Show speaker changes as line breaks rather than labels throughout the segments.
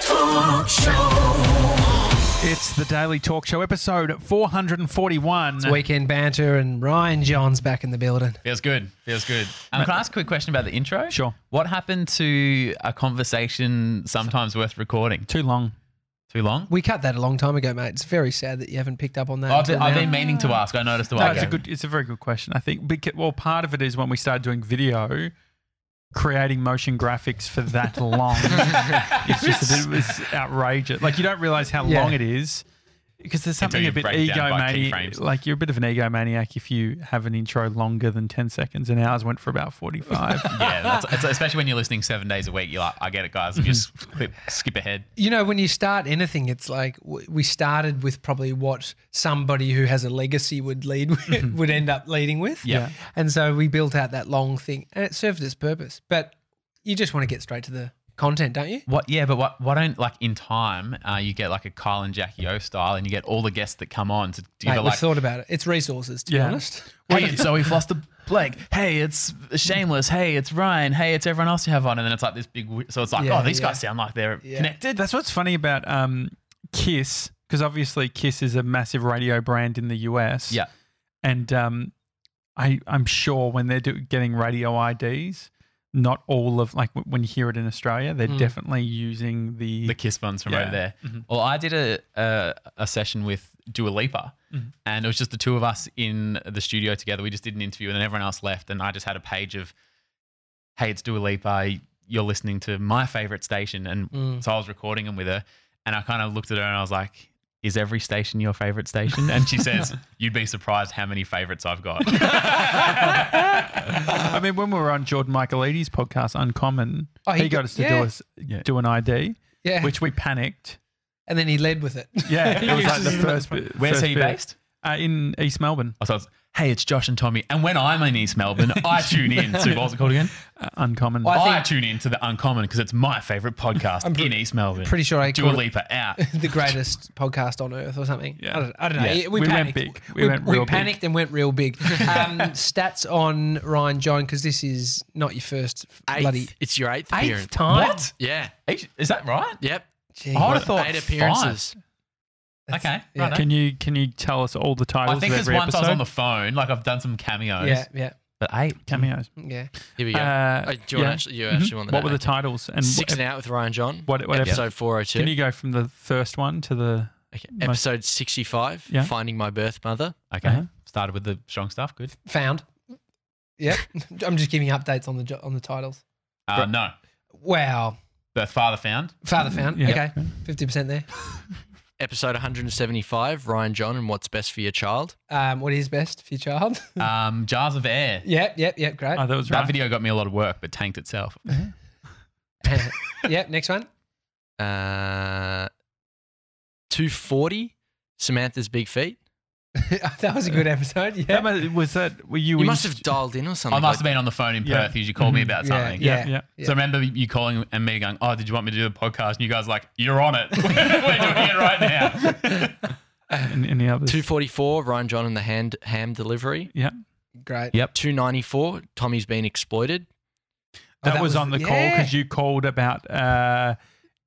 Talk Show.
It's the Daily Talk Show, episode 441.
It's weekend banter, and Ryan John's back in the building.
Feels good. Feels good. Um,
Matt-
can I ask a quick question about the intro?
Sure.
What happened to a conversation sometimes worth recording?
Too long.
Too long?
We cut that a long time ago, mate. It's very sad that you haven't picked up on that.
Oh, I've,
until
been, I've
now.
been meaning to ask. I noticed a
No,
while
it's a
ago.
good. It's a very good question. I think. Because, well, part of it is when we started doing video, creating motion graphics for that long. it's just a bit. It was outrageous. Like you don't realize how
Yeah.
long it is. Because there's
Until
something
you
a bit
break it down by
egomaniac.
keyframes.
Like you're a bit of an egomaniac if you have an intro longer than 10 seconds, and ours went for about 45.
yeah, that's, it's, especially when you're listening seven days a week, you're like, I get it, guys. Just clip, skip ahead.
You know, when you start anything, it's like w- we started with probably what somebody who has a legacy would lead with, would end up leading with.
Mm-hmm. Yeah.
And so we built out that long thing, and it served its purpose. But you just want to get straight to the content, don't you?
What? Yeah, but what? Why don't like in time uh, you get like a Kyle and Jackie O style, and you get all the guests that come on to do
Mate,
the
we
like.
thought about it. It's resources, to
Yeah.
be honest.
Hey, it's Zoe Foster Blake. Hey, it's Shameless. Hey, it's Ryan. Hey, it's everyone else you have on. And then it's like this big. w- So it's like,
Yeah,
oh, these
yeah.
guys sound like they're
Yeah.
connected.
That's what's funny about um, Kiss, because obviously Kiss is a massive radio brand in the US.
Yeah.
and um, I I'm sure when they're do, getting radio IDs, not all of like w- when you hear it in Australia, they're definitely using the,
Hmm. the kiss buns from
Yeah. Mm-hmm.
over there. Well, I did a, a a session with Dua Lipa,
Mm-hmm.
and it was just the two of us in the studio together. We just did an interview, and then everyone else left, and I just had a page of, "Hey, it's Dua Lipa. You're listening to my favorite station," and
Mm.
so I was recording them with her, and I kind of looked at her and I was like. Is every station your favorite station? And she says, You'd be surprised how many favorites I've got.
I mean, when we were on Jordan Michaelides' podcast, Uncommon,
Oh,
he,
he
got
got-
us to
yeah.
do us do an ID,
Yeah.
which we panicked.
and then he led with it.
Yeah, it was like the first. bit-
Where's
first
he
bit.
based?
Uh, in East Melbourne,
I was Hey, it's Josh and Tommy. And when I'm in East Melbourne, I tune in. So, what was it called again?
uh, Uncommon.
I
I,
think-
tune in to the Uncommon because it's my favorite podcast in East Melbourne.
pretty sure I
Dua
called it-
Lipa out.
the greatest podcast on earth or something.
Yeah.
I don't, I don't know.
Yeah.
It- We,
We went
panicked.
big. We went real big.
panicked and went real big. Um, stats on Ryan John because this is not your first
Eighth.
bloody
It's your eighth,
eighth
appearance.
time.
What?
Yeah.
Each- Is that right?
Yep.
Gee,
I would have thought
Eight appearances.
Five. Okay.
yeah.
righto.
can you can you tell us all the titles?
I think
of
there's
every
once I
episode?
was on the phone, like I've done some cameos.
yeah, yeah,
But eight.
cameos.
yeah.
Here we go.
Uh,
Oh, do you want
yeah.
actually, you
Mhm.
actually want the
What were the
name.
titles and
Six
what,
and out with Ryan John.
what, what episode?
episode 402.
Can you go from the first one to the
okay.
most-
Episode 65,
Yeah.
Finding My Birth Mother.
Okay.
Uh-huh.
Started with the strong stuff. Good.
Found. Yep. I'm just giving updates on the jo- on the titles.
Uh, no.
Wow.
The father found.
Father found.
Yeah.
Okay. Fifty percent there.
Episode 175, Ryan John and What's Best for Your Child.
Um, what is best for your child?
Um, jars of air.
yep, yep, yep. Great.
Oh, that was
That
right.
video got me a lot of work, but tanked itself.
yep. Next one.
Uh, 240, Samantha's Big Feet.
that was a good episode.
That
Yeah.
mu- was that. Were you?
You
in-
must have dialed in or something.
I must have
like-
been on the phone in
Yeah.
Perth. You called me about
Yeah,
something.
Yeah,
Yeah.
yeah.
Yeah.
So I remember you calling and me going, "Oh, did you want me to do the podcast?" And you guys like, "You're on it. We're doing it right now."
And any others?
244, Ryan John and the hand, Ham Delivery.
Yeah,
Great.
Yep.
294, Tommy's Been Exploited.
that,
Oh, that
was,
was-
on the call because
yeah.
you called about. Uh,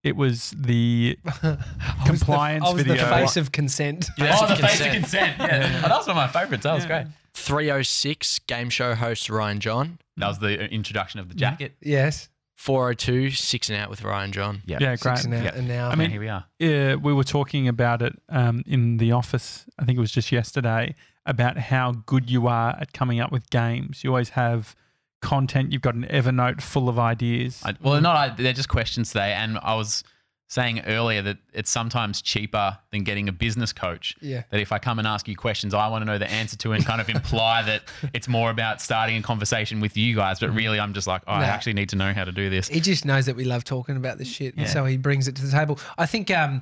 it was the
I was the-
compliance
I was
video.
the face of consent.
oh, the
Face of
face of consent. Yeah. Oh, that was one of my favorites. That was great.
306, Game Show Host Ryan John.
That was the introduction of the jacket.
Yes.
402, Six and Out with Ryan John.
yeah,
Six
great.
and, out,
Yep.
and now.
I mean-
And here we are.
Yeah, we were talking about it um, in the office. I think it was just yesterday about how good you are at coming up with games. You always have content. You've got an Evernote full of ideas.
I, well, not I, they're just questions today, and I was saying earlier that it's sometimes cheaper than getting a business coach.
Yeah.
That if I come and ask you questions, I want to know the answer to, and kind of imply that it's more about starting a conversation with you guys. But really, I'm just like, oh, I
Nah.
actually need to know how to do this.
he just knows that we love talking about this shit, and
Yeah.
so he brings it to the table. I think um,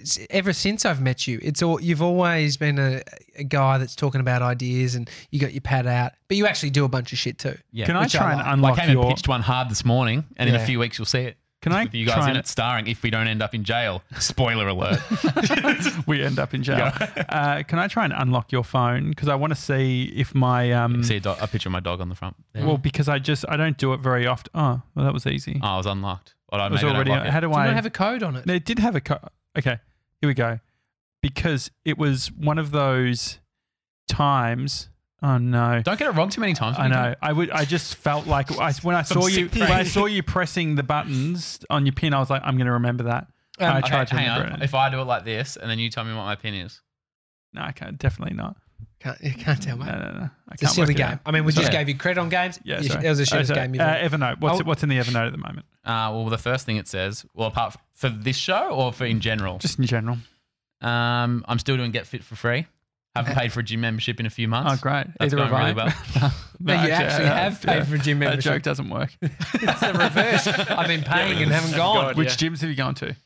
s- ever since I've met you, it's all you've always been a, a guy that's talking about ideas, and you got your pad out, but you actually do a bunch of shit too.
Yeah.
Can I
Which I
try and
like.
Well, I
unlock
came and
your?
pitched one hard this morning, and in
Yeah.
a few weeks you'll see it.
Can
It's
I
with you guys
try
in
and-
it starring if we don't end up in jail? Spoiler alert.
we end up in jail. Uh, can I try and unlock your phone? Because I want to see if my um.
see a, do- a picture of my dog on the front. There.
Well, because I just I don't do it very often. Oh, well, that was easy.
Oh, I was unlocked. But I
It was
maybe
already.
don't like it.
How do
Do you
I?
not have a code on it?
No, it did have a co- okay. Here we go, because it was one of those times. Oh no.
Don't get it wrong too many times.
I
Nicky.
know. I would. I just felt like I, when I saw you, when I saw you pressing the buttons on your pin, I was like, I'm going to remember that.
Um,
I
Okay,
tried to
hang
remember
on.
it.
If I do it like this, and then you tell me what my pin is.
No, I can't. Definitely not.
Can't, you can't tell,
No,
mate.
no, no. I
It's a
can't work
silly
it out.
game. I mean, we just
Sorry.
gave you credit on games.
Yeah,
You-
sorry.
That was the shittest
Oh, sorry.
game you've
Uh,
ever.
Evernote. What's
Oh.
what's in the Evernote at the moment?
Uh, well, the first thing it says, well, apart f- for this show or for in general,
Just in general.
um, I'm still doing Get Fit for free. Haven't paid for a gym membership in a few months.
Oh, great.
That's
Either
going
of I.
really well.
No,
No, you actually
no,
have paid
yeah.
for a gym
That
membership.
joke doesn't work.
It's the reverse. I've been paying and haven't gone.
God.
Which
Yeah.
gyms have you gone to?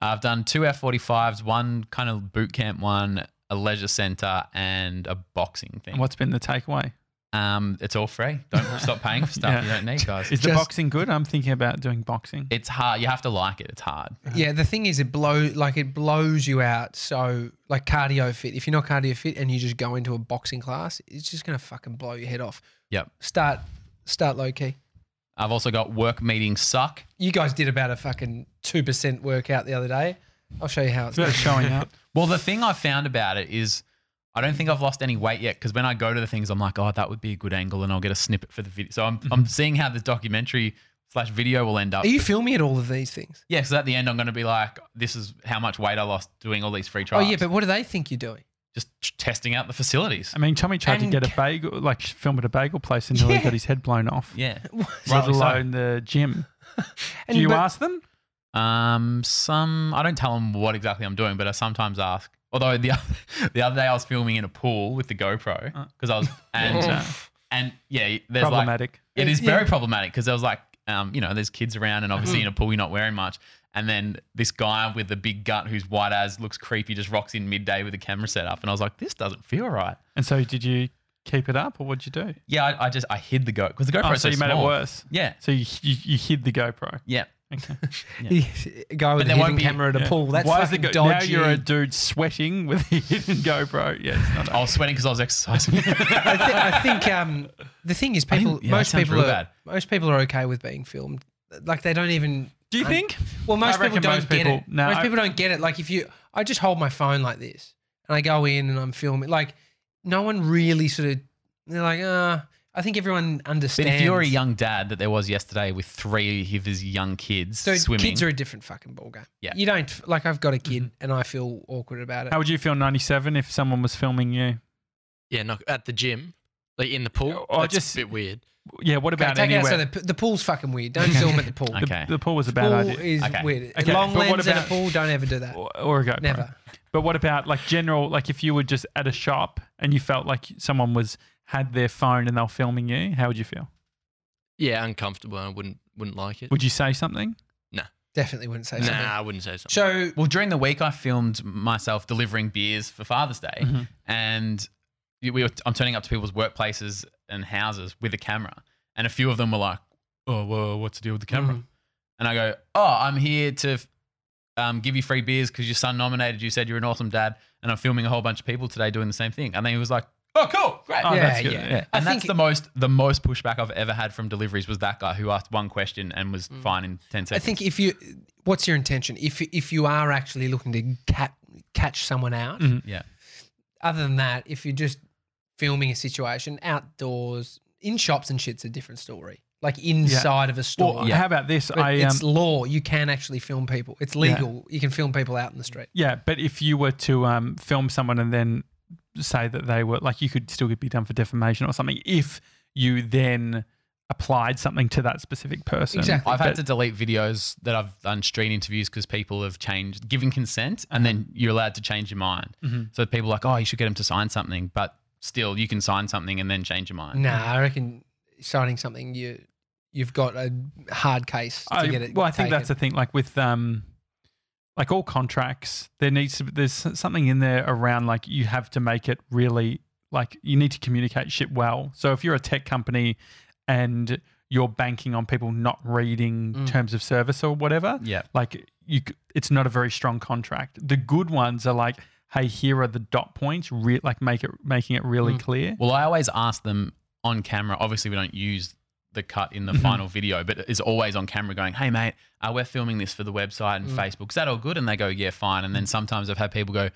I've done two F45s, one kind of boot camp one, a leisure center, and a boxing
And
thing.
what's been the takeaway?
Um, it's all free. Don't stop paying for stuff
Yeah.
you don't need, guys.
Is the
Just-
boxing good? I'm thinking about doing boxing.
It's hard. You have to like it. It's hard.
Uh-huh.
Yeah, the thing is, it blow like it blows you out. So like cardio fit. If you're not cardio fit and you just go into a boxing class, it's just gonna fucking blow your head off.
Yep.
Start start low key.
I've also got work meetings suck.
You guys did about a fucking two percent workout the other day. I'll show you how it's
It's about showing up.
Well, the thing I found about it is I don't think I've lost any weight yet because when I go to the things, I'm like, oh, that would be a good angle, and I'll get a snippet for the video. So I'm, I'm seeing how the documentary slash video will end up.
Are you filming at all of these things?
yeah, so at the end, I'm going to be like, this is how much weight I lost doing all these free
Oh
trials.
yeah, but what do they think you're doing?
just t- testing out the facilities.
I mean, Tommy tried
And
to get a bagel, like film at a bagel place until
Yeah.
he got his head blown off,
Yeah.
let
Rightly so.
alone the gym.
And
Do you
but-
ask them?
Um, some I don't tell them what exactly I'm doing, but I sometimes ask. Although the oth- the other day I was filming in a pool with the GoPro because I was and
Uh,
and yeah, there's like
problematic.
It
Uh,
is very
yeah.
problematic because there was like, um, you know, there's kids around, and
Mm.
obviously in a pool you're not wearing much. And then this guy with the big gut who's white as looks creepy just rocks in midday with a camera set up, and I was like, this doesn't feel right.
and so, did you keep it up, or what'd you do?
Yeah, I, I just I hid the go because the GoPro.
Oh, so you made it worse.
Yeah,
So you, you, you hid the Gopro.
yeah.
Okay.
a guy with
there
a
won't
hidden
be-
camera at a
Yeah.
pool. That's
Why is the
fucking
go-
dodgy.
now you're a dude sweating with a hidden GoPro? Yeah, it's not.
I was sweating because I was exercising.
I, thi- I think um, the thing is, people
yeah, that
most
sounds
people are
real bad.
most people are okay with being filmed. Like they don't even.
Do you
I'm-
think?
Well, most people
reckon
don't
most
get
people-
it.
no,
most
I-
people don't get it. Like if you, I just hold my phone like this and I go in and I'm filming. Like no one really sort of. They're like, uh, I think everyone
but
understands.
if you're a young dad that there was yesterday with three of his young kids
so
swimming,
kids are a different fucking ballgame.
Yeah.
you don't like. I've got a kid and I feel awkward about it.
Mm-hmm. How would you feel 97 if someone was filming you?
Yeah, not at the gym, like in the pool.
Or
That's
just-
a bit weird.
Yeah, what
Okay,
about
take it out.
anywhere?
So the, the pool's fucking weird. Don't film at the pool.
Okay.
The, the pool was a bad
Pool
idea.
is
Okay.
weird.
Okay,
Long
but
lens
what
at a
about-
pool. Don't ever do that.
Or, or a GoPro.
Never.
But what about like general, like if you were just at a shop and you felt like someone was had their phone and they were filming you, how would you feel?
Yeah, uncomfortable. I wouldn't wouldn't like it.
Would you say something?
Definitely wouldn't say
nah,
something.
I wouldn't say something.
So
Well, during the week, I filmed myself delivering beers for Father's Day,
Mm-hmm.
Mhm.
and we were, I'm turning up to people's workplaces and houses with a camera. And a few of them were like, "Oh, whoa, what's the deal with the camera?"
Mm.
And I go, "Oh, I'm here to um, give you free beers because your son nominated. You said you're an awesome dad, and I'm filming a whole bunch of people today doing the same thing." And then he was like, "Oh, cool, great."
Oh,
Yeah,
that's good.
yeah. I
And that's
think-
the most the most pushback I've ever had from deliveries was that guy who asked one question and was fine in ten
Mm. I
seconds.
think if you, what's your intention? If if you are actually looking to cat, catch someone out,
Mhm.
yeah,
other than that, if you're just filming a situation outdoors in shops and shit's a different story. Like inside of a store,
Well, how about this?
But
I um,
it's law. You can actually film people. It's legal. You can film people out in the street.
yeah, but if you were to um, film someone and then say that they were like, you could still be done for defamation or something if you then applied something to that specific person.
Exactly.
I've had
But-
to delete videos that I've done street interviews because people have changed, given consent, and
Uh-huh.
then you're allowed to change your mind.
mm-hmm.
So people are like, oh, you should get him to sign something, but still, you can sign something and then change your mind.
Nah, I reckon signing something you you've got a hard case to
I-
get it.
well, I think
taken.
that's the thing. Like with um, like all contracts, there needs to be, there's something in there around like you have to make it really like you need to communicate shit well. So if you're a tech company and you're banking on people not reading terms of service or whatever,
Yeah.
like you, c- it's not a very strong contract. The good ones are like, hey, here are the dot points. Re-
Mm.
like make it making it really clear.
Well, I always ask them on camera. Obviously, we don't use the cut in the final video, but is always on camera going, "Hey mate, uh, we're filming this for the website and Facebook. Is that all good?" And they go, "Yeah, fine." And then sometimes I've had people go,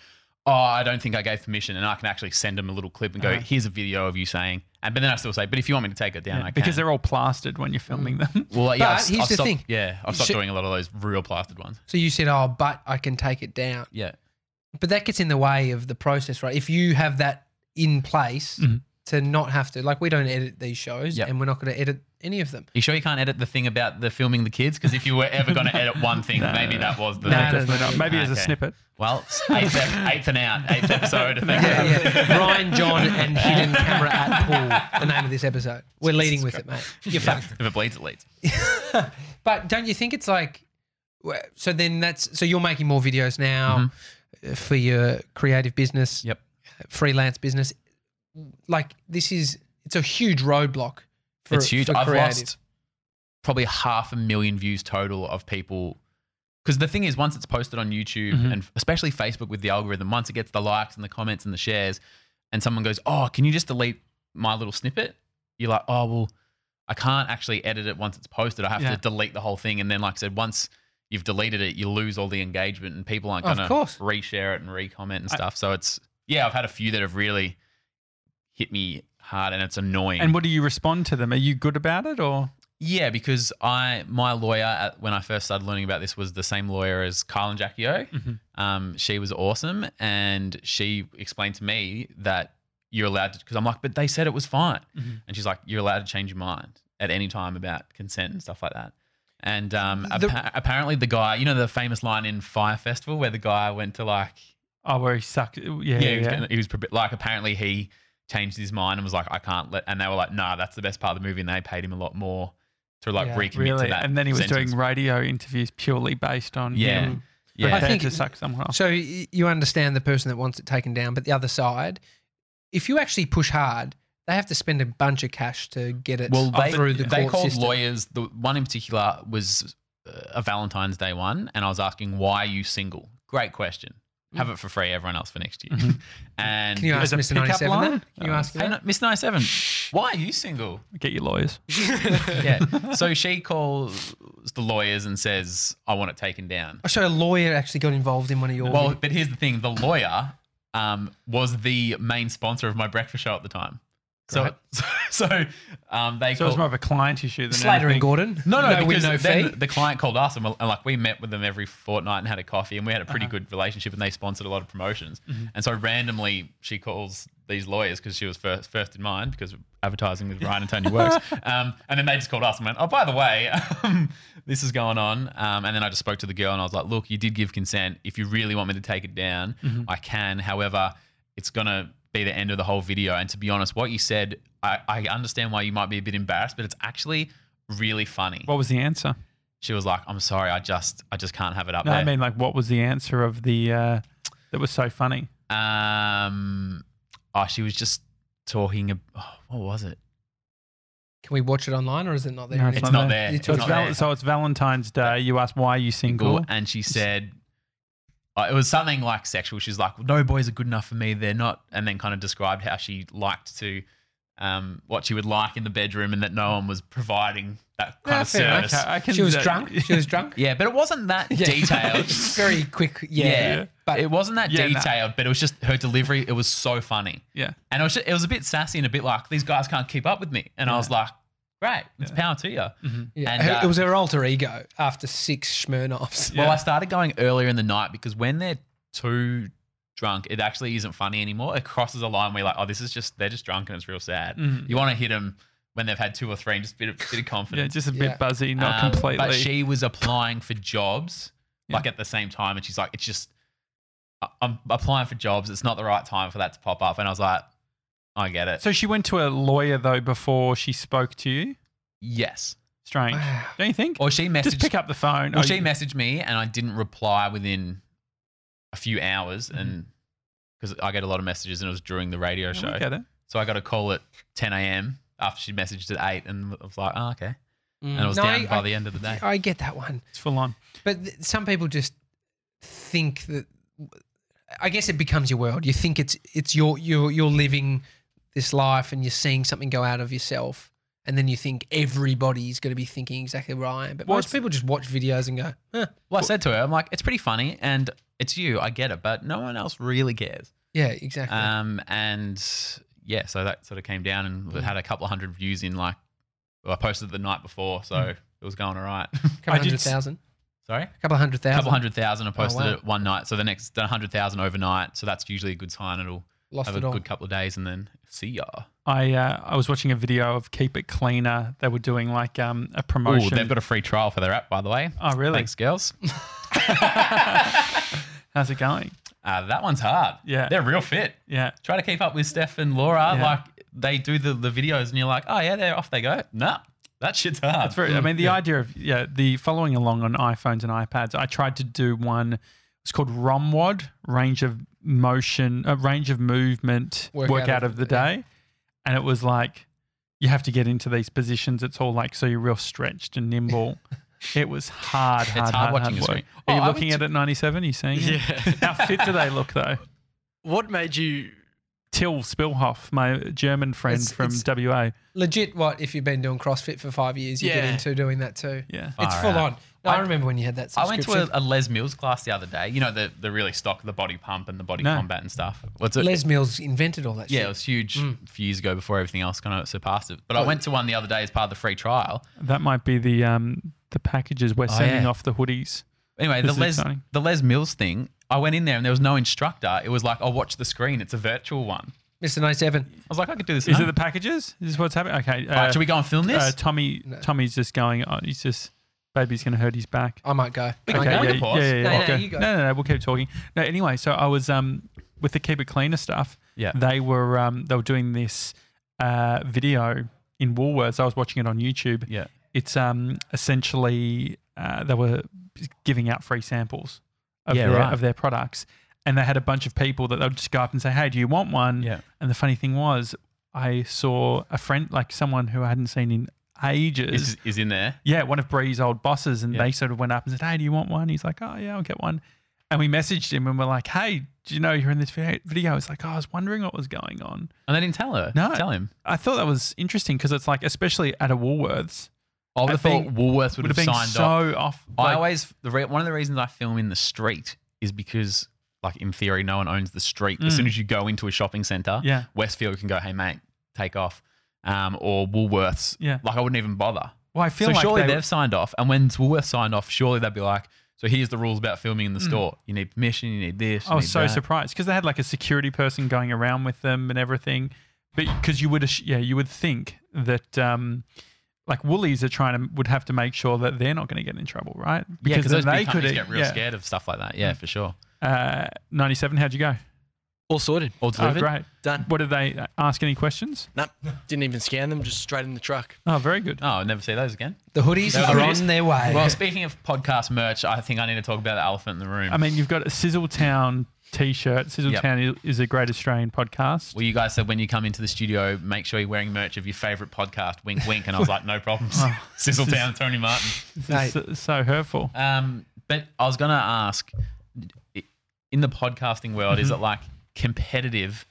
"Oh, I don't think I gave permission," and I can actually send them a little clip and go, "Here's a video of you saying," and but then I still say, "But if you want me to take it down, I can."
because they're all plastered when you're
Mm.
filming them.
well, yeah,
But
I've,
here's
I've
the
stopped,
thing.
Yeah, I've
You
stopped
should-
doing a lot of those real plastered ones.
So you said, oh, but I can take it down.
Yeah.
But that gets in the way of the process, right? If you have that in place
Mhm.
to not have to, like, we don't edit these shows
Mm-hmm. Yep.
and we're not going to edit any of them.
You sure you can't edit the thing about the filming the kids? Because if you were ever going to edit one thing, maybe that was the.
No, no,
Definitely not. Maybe as a
Okay.
snippet.
Well, eighth, ep- eighth and out, eighth episode. Thank you.
Yeah, yeah. Ryan, John, and hidden camera at pool. The name of this episode. We're leading with it, mate. You're
Yeah.
fucked.
If it bleeds, it leads.
But don't you think it's like? wh- So then that's so you're making more videos now uh for your creative business,
Mm-hmm. Yep.
uh, freelance business. Like this is it's a huge roadblock. For,
it's huge.
for
I've
creative.
lost probably half a million views total of people. Because the thing is, once it's posted on YouTube
Mm-hmm.
and especially Facebook with the algorithm, once it gets the likes and the comments and the shares, and someone goes, "Oh, can you just delete my little snippet?" You're like, "Oh, well, I can't actually edit it once it's posted. I have
Yeah.
to delete the whole thing." And then, like I said, once you've deleted it, you lose all the engagement, and people aren't
Of
going to
course.
reshare it and recomment and stuff. so it's yeah, I've had a few that have really hit me hard, and it's annoying.
And what do you respond to them? Are you good about it or?
Yeah, because I my lawyer at, when I first started learning about this was the same lawyer as Carl and Jackie O.
Mhm.
Um, she was awesome, and she explained to me that you're allowed to. Because I'm like, but they said it was fine,
Mhm.
and she's like, you're allowed to change your mind at any time about consent and stuff like that. And um,
The-
appa- apparently, the guy, you know, the famous line in Fire Festival where the guy went to like,
Oh, where he sucked. Yeah, yeah.
yeah, he was,
yeah.
he was pre- like, apparently he changed his mind and was like, I can't let. And they were like, nah, that's the best part of the movie, and they paid him a lot more to like
Yeah.
recommit to
Really?
that.
And then he was
sentence.
doing radio interviews purely based on
Yeah.
him
Yeah.
prepared
I think-
to suck someone off.
So y- you understand the person that wants it taken down, but the other side, if you actually push hard, they have to spend a bunch of cash to get it
well, they,
through the
they
court
called
system.
lawyers. The one in particular was uh, a Valentine's Day one, and I was asking, "Why are you single?" Great question. Have it for free, everyone else for next year. and
Can you ask
As a
Mr.
pickup
97
line?
that? Can you
Oh.
ask him
Hey,
that?
no, Miss Nine Seven, why are you single?
Get your lawyers.
Yeah. so she calls the lawyers and says, "I want it taken down."
Oh, So a lawyer actually got involved in one of your.
Well, but here's the thing: the lawyer um, was the main sponsor of my breakfast show at the time. So,
Great.
so, so, um,
So
they
it
called,
was more of a client issue than
Slater and
anything.
Gordon.
No, no,
win,
because
no
then
fee.
the client called us and, we- and like we met with them every fortnight and had a coffee and we had a pretty good relationship and they sponsored a lot of promotions. And so randomly she calls these lawyers because she was first first in mind because advertising with Ryan and Tony works. Um, and then they just called us and went, oh, by the way, um, this is going on. Um, and then I just spoke to the girl and I was like, look, you did give consent. If you really want me to take it down, I can. However, it's going to be the end of the whole video. And to be honest, what you said, I, I understand why you might be a bit embarrassed, but it's actually really funny
What was the answer?
she was like, "I'm sorry, I just, I just can't have it up
No,
there."
I mean, like, what was the answer of the uh, that was so funny?
um, oh, she was just talking. ab- Oh, what was it?
Can we watch it online or is it not there?
No,
anymore?
it's
It's,
not
not
there.
there.
You
It's
So
took
it's,
not
that-
val-
there.
so it's Valentine's Day. You asked why are you single?
And she said, uh, it was something like sexual. She's like, "No boys are good enough for me. They're not." And then kind of described how she liked to, um, what she would like in the bedroom, and that no one was providing that kind
Yeah,
of
fair.
service.
Okay, I can-
She was
that-
drunk. She was drunk.
Yeah, but it wasn't that
Yeah.
detailed.
Very quick. Yeah.
Yeah.
But
it wasn't that
Yeah, nah.
detailed, but it was just her delivery. It was so funny.
Yeah.
And it was, just, it was a bit sassy and a bit like, these guys can't keep up with me. And I was like, great, it's power to you.
yeah.
And,
Her-
uh,
it was her alter ego after six Smirnoffs.
Well, I started going earlier in the night because when they're too drunk, it actually isn't funny anymore. It crosses a line where you're like, oh, this is just, they're just drunk and it's real sad.
Mm-hmm.
You want to hit them when they've had two or three and just a bit of, bit of
Yeah,
confidence.
just a
Yeah.
bit buzzy, not
Um,
completely.
But she was applying for jobs like at the same time, and she's like, "It's just I- I'm applying for jobs. It's not the right time for that to pop up." And I was like, "I get it.
so she went to a lawyer though before she spoke to you.
yes."
Strange,
Wow.
don't you think?
Or she
Just
messaged.
pick up the phone.
well,
Oh,
she
you-
messaged me, and I didn't reply within a few hours,
Mm-hmm.
and because I get a lot of messages, and it was during the
Oh,
radio
Yeah,
show,
we get it.
so I got a call at 10 a.m. after she messaged at eight, and I was like, "Oh, okay," and
Mm.
it was
No,
down
I-
by
I-
the end of the day.
I get that one.
It's full on.
But th- some people just think that. I guess it becomes your world. You think it's it's your you're you're living this life and you're seeing something go out of yourself, and then you think everybody's going to be thinking exactly where I am. But
Well,
most
it's-
people just watch videos and go, huh,
Well, I said to her, I'm like, it's pretty funny and it's you, I get it, but no one else really cares.
yeah, exactly.
Um, and yeah, so that sort of came down and
Mm.
we had a couple of hundred views in like, well, I posted the night before, so
Mm.
it was going all right.
couple
I did
hundred
s-
thousand.
Sorry?
A couple hundred
A
thousand. Oh,
couple hundred thousand. I posted
wow.
it one night. So the next, then 100,000 overnight. So that's usually a good sign. It'll
Lost
have
it
a
all.
good couple of days and then see ya.
I uh, I was watching a video of Keep It Cleaner. They were doing like um, a
Oh,
promotion.
they've got a free trial for their app, by the way.
oh, really?
Thanks, girls.
How's it going?
Uh, that one's hard.
Yeah.
They're real fit.
Yeah.
Try to keep up with Steph and Laura.
Yeah.
Like they do the, the videos and you're like, oh yeah, they're off they go. Nah, that shit's hard.
That's very. I mean, the idea of yeah, the following along on iPhones and iPads. I tried to do one. It's called ROMWOD, range of motion, uh, range of movement,
Workout
workout,
of
of, the
the day.
day, and it was like you have to get into these positions. It's all like so you're real stretched and nimble. It was hard, hard,
hard watching
hard
the
work.
screen.
Are
Oh,
you
I
looking at
would-
it 97? Are you seeing it? How fit do they look though?
What made you?
Till Spilhoff, my German friend
It's-
from
it's-
WA.
Legit, what if you've been doing CrossFit for five years, you
Yeah.
get into doing that too.
Yeah.
Far
it's full
out.
on. No, I,
I-
remember when you had that
I went
subscription.
to a, a Les Mills class the other day. You know, the, the really stock, the body pump and the body
No.
combat and stuff. What's it?
Les Mills Mm. invented all that
yeah,
shit.
it was huge a few years ago before everything else kind of surpassed it. But I went to one the other day as part of the free trial.
That might be the um the packages we're sending
yeah.
off the hoodies.
Anyway,
This
the
is
Les
exciting.
the Les Mills thing. I went in there and there was no instructor. It was like, oh, watch the screen. It's a virtual one.
Mr. Nice Evan.
I was like, I could do this.
Is
at
it
home.
the packages? Is this what's happening? Okay. Uh,
All right, should we go and film this?
uh, Tommy, Tommy's just going. Oh, he's just baby's going to hurt his back.
I might go.
can
Oh, Okay.
go.
yeah,
we
yeah,
pause.
yeah, yeah,
No, no,
okay.
you go.
no, no, no, We'll keep talking. No, anyway, so I was um with the keep it cleaner stuff.
Yeah.
They were um they were doing this uh video in Woolworths. I was watching it on YouTube.
yeah.
It's um essentially uh, they were giving out free samples of,
Yeah,
their,
right.
of their products, and they had a bunch of people that they would just go up and say, "Hey, do you want one?"
Yeah.
And the funny thing was, I saw a friend, like someone who I hadn't seen in ages.
Is, is in there.
yeah, one of Bree's old bosses, and
Yeah.
they sort of went up and said, "Hey, do you want one?" He's like, "Oh yeah, I'll get one." And we messaged him, and we're like, "Hey, do you know you're in this vi- video?" It's like, "Oh, I was wondering what was going on."
And they didn't tell her.
No.
Tell him.
I thought that was interesting because it's like, especially at a Woolworths,
I would
I
have thought
think-
Woolworths would,
would have been
signed
so
off.
off.
I
like-
always the re- one of the reasons I film in the street is because like in theory no one owns the street. As soon as you go into a shopping center,
Mm. Yeah.
Westfield can go, hey mate, take off, um, or Woolworths.
Yeah.
like I wouldn't even bother.
well, I feel
so
like
surely
they,
they have signed off, and when Woolworths signed off, surely they'd be like, so here's the rules about filming in the store. You need permission. You need this. You
Hmm. I was
need
Oh, so
that.
surprised because they had like a security person going around with them and everything. But because you would, ass- yeah, you would think that um, like Woolies are trying to would have to make sure that they're not going to get in trouble, right?
Yeah, because those
then
big companies
eat-
get real
yeah.
scared of stuff like that. Yeah, for sure.
Uh, Ninety-seven. How'd you go?
All sorted.
Or
Oh,
delivered.
great.
Done.
What did they uh, ask? Any questions?
Nope. Didn't even scan them. Just straight in the truck.
Oh, very good.
Oh, I'll never see those again.
The hoodies
Yeah,
are
hoodies.
on their way.
Well, speaking of podcast merch, I think I need to talk about the elephant in the room.
I mean, you've got a Sizzletown t-shirt.
Yep.
Sizzletown i is a great Australian podcast.
Well, you guys said when you come into the studio, make sure you're wearing merch of your favorite podcast, wink, wink. And I was like, no problems.
Oh.
Sizzletown, Tony Martin.
This is so, so hurtful.
Um, but I was going to ask in the podcasting world, is
Mm-hmm.
it like competitive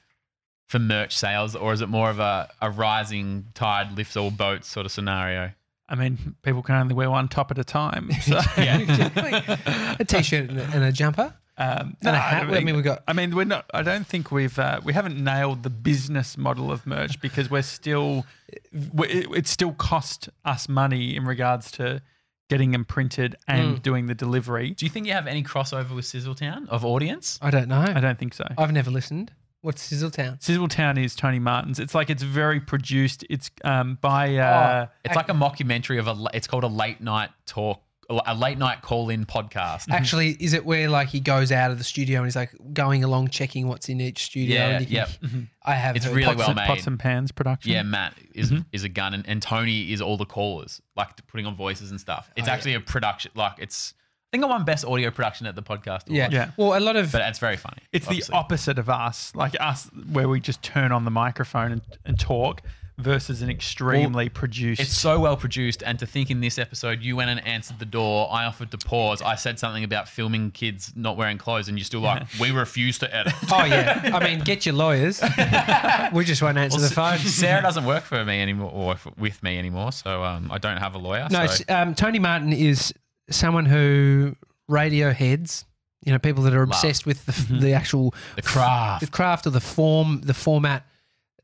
for merch sales or is it more of a, a rising tide lifts all boats sort of scenario?
I mean, people can only wear one top at a time. So.
Yeah.
a t-shirt and a, and a jumper.
Um,
And a hat. I mean, we got-
I mean, we're not. I don't think we've. Uh, we haven't nailed the business model of merch because we're still. we it, it still cost us money in regards to getting them printed and doing the delivery.
Do you think you have any crossover with Sizzletown of audience?
I don't know.
I don't think so.
I've never listened. What's Sizzletown?
Mm-hmm.
Sizzletown is Tony Martin's. It's like it's very produced. It's um, by. Uh,
It's like a mockumentary of a, la- it's called a late night talk, a late night call in podcast.
Actually, is it where like he goes out of the studio and he's like going along checking what's in each studio?
Yeah,
and you Mm-hmm.
yep.
I have.
It's
heard
really
that.
well
Pots and-
made.
Pots and Pans production.
Yeah, Matt is
Mm-hmm.
is a gun, and, and Tony is all the callers, like t- putting on voices and stuff.
Oh,
It's actually a production, like it's. I think I won best audio production at the podcast. Award,
Yeah.
Yeah.
Well, a lot of
but it's very funny.
It's
obviously.
the opposite of us, like us, where we just turn on the microphone and, and talk. versus an extremely produced.
It's so well produced, and to think in this episode, you went and answered the door. I offered to pause. I said something about filming kids not wearing clothes, and you're still like, "We refuse to edit."
Oh yeah. I mean, get your lawyers. we just won't answer the phone.
Sarah doesn't work for me anymore, or f- with me anymore, so um, I don't have a lawyer.
No, s-
so
um, Tony Martin is someone who radio heads, you know, people that are obsessed with the, f the actual
Mm-hmm. the craft.
the craft or the form, the format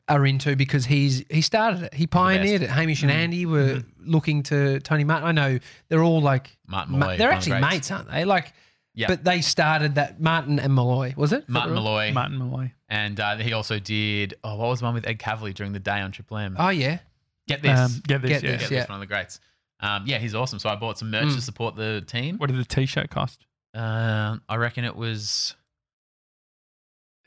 are into because he's he started it. He pioneered it. Hamish
Mm-hmm.
and Andy were looking to Tony Martin. I know they're all like
Martin
ma-
Malloy,
they're
one of
actually
the greats.
mates, aren't they? Like,
Yeah.
but they started that Martin and Malloy was it?
Martin Malloy,
Martin Malloy.
and uh, he also did. Oh, what was the one with Ed Cavalier during the day on Triple M?
Oh yeah,
get this,
Um, get this.
Get
yeah.
get this,
yeah.
one of the greats. Um, yeah, he's awesome. So I bought some merch
Mm.
to support the team.
What did the T-shirt cost?
Um, I reckon it was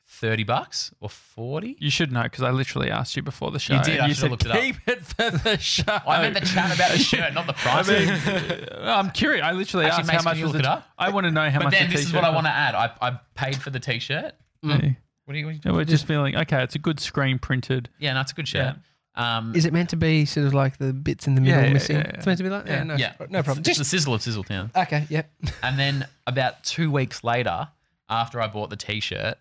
thirty bucks or forty.
You should know because I literally asked you before the show.
did,
and
I
you
should've looked it up.
Keep it for the show.
I meant the chat about the shirt, not the
I
price.
mean, I'm curious. I literally
Actually,
asked
Mace,
how much
can you
was
look
the-
it up?
I want to know how
but
much.
then
the
this is
t-shirt
what I want to add. I, I paid for the t-shirt.
cost. Yeah.
What do you? What do you
And we're just feeling okay. It's a good screen printed.
yeah, no, it's a good shirt. Um,
is it meant to be sort of like the bits in the middle
Yeah, yeah,
missing?
yeah, yeah.
It's meant to be like yeah, no,
yeah,
no problem.
It's,
Just
it's the sizzle of Sizzletown.
okay, yep.
And then about two weeks later, after I bought the T-shirt,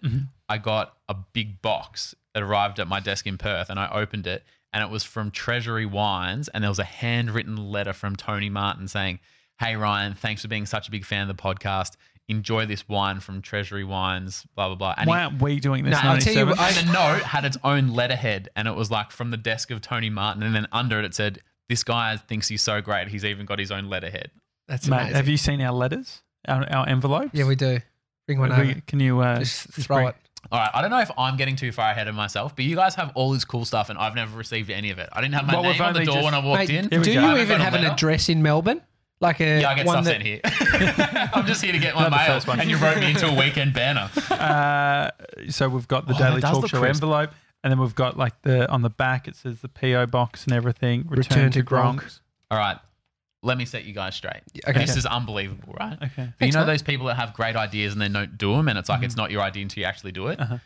I got a big box that arrived at my desk in Perth, and I opened it, and it was from Treasury Wines, and there was a handwritten letter from Tony Martin saying, "Hey Ryan, thanks for being such a big fan of the podcast. Enjoy this wine from Treasury Wines, blah blah blah." And
Why
he-
aren't we doing this?
No, I'll tell you
97?
what, I-
and the note had its own letterhead, and it was like from the desk of Tony Martin, and then under it it said, "This guy thinks he's so great. He's even got his own letterhead."
That's
Mate,
amazing.
have you seen our letters? Our, our envelopes?
yeah, we do. Bring one
We-
over.
Can you uh,
Just throw
bring-
it.
All right, I don't know if I'm getting too far ahead of myself, but you guys have all this cool stuff, and I've never received any of it. I didn't have my
Well, we've
name on the
only
door
just-
when I walked
Mate,
in.
Here we
do
go.
you
I haven't
even
got a
have an
letter.
address in Melbourne? Like a
Yeah, I get
one
stuff
that,
sent here. I'm just here to get my
Not the
mail,
first one.
and you wrote me into a weekend banner.
Uh, so we've got the
Oh,
Daily
that does
Talk
look
Show
crisp.
envelope, and then we've got like the on the back it says the PO box and everything. Return, to,
to
Gronk.
Gronk.
All right, let me set you guys straight.
okay.
This is unbelievable, right?
Okay.
But you
Thanks,
know
mate.
those people that have great ideas and then don't do them, and it's like it's not your idea until you actually do it.
Mm-hmm. Uh-huh.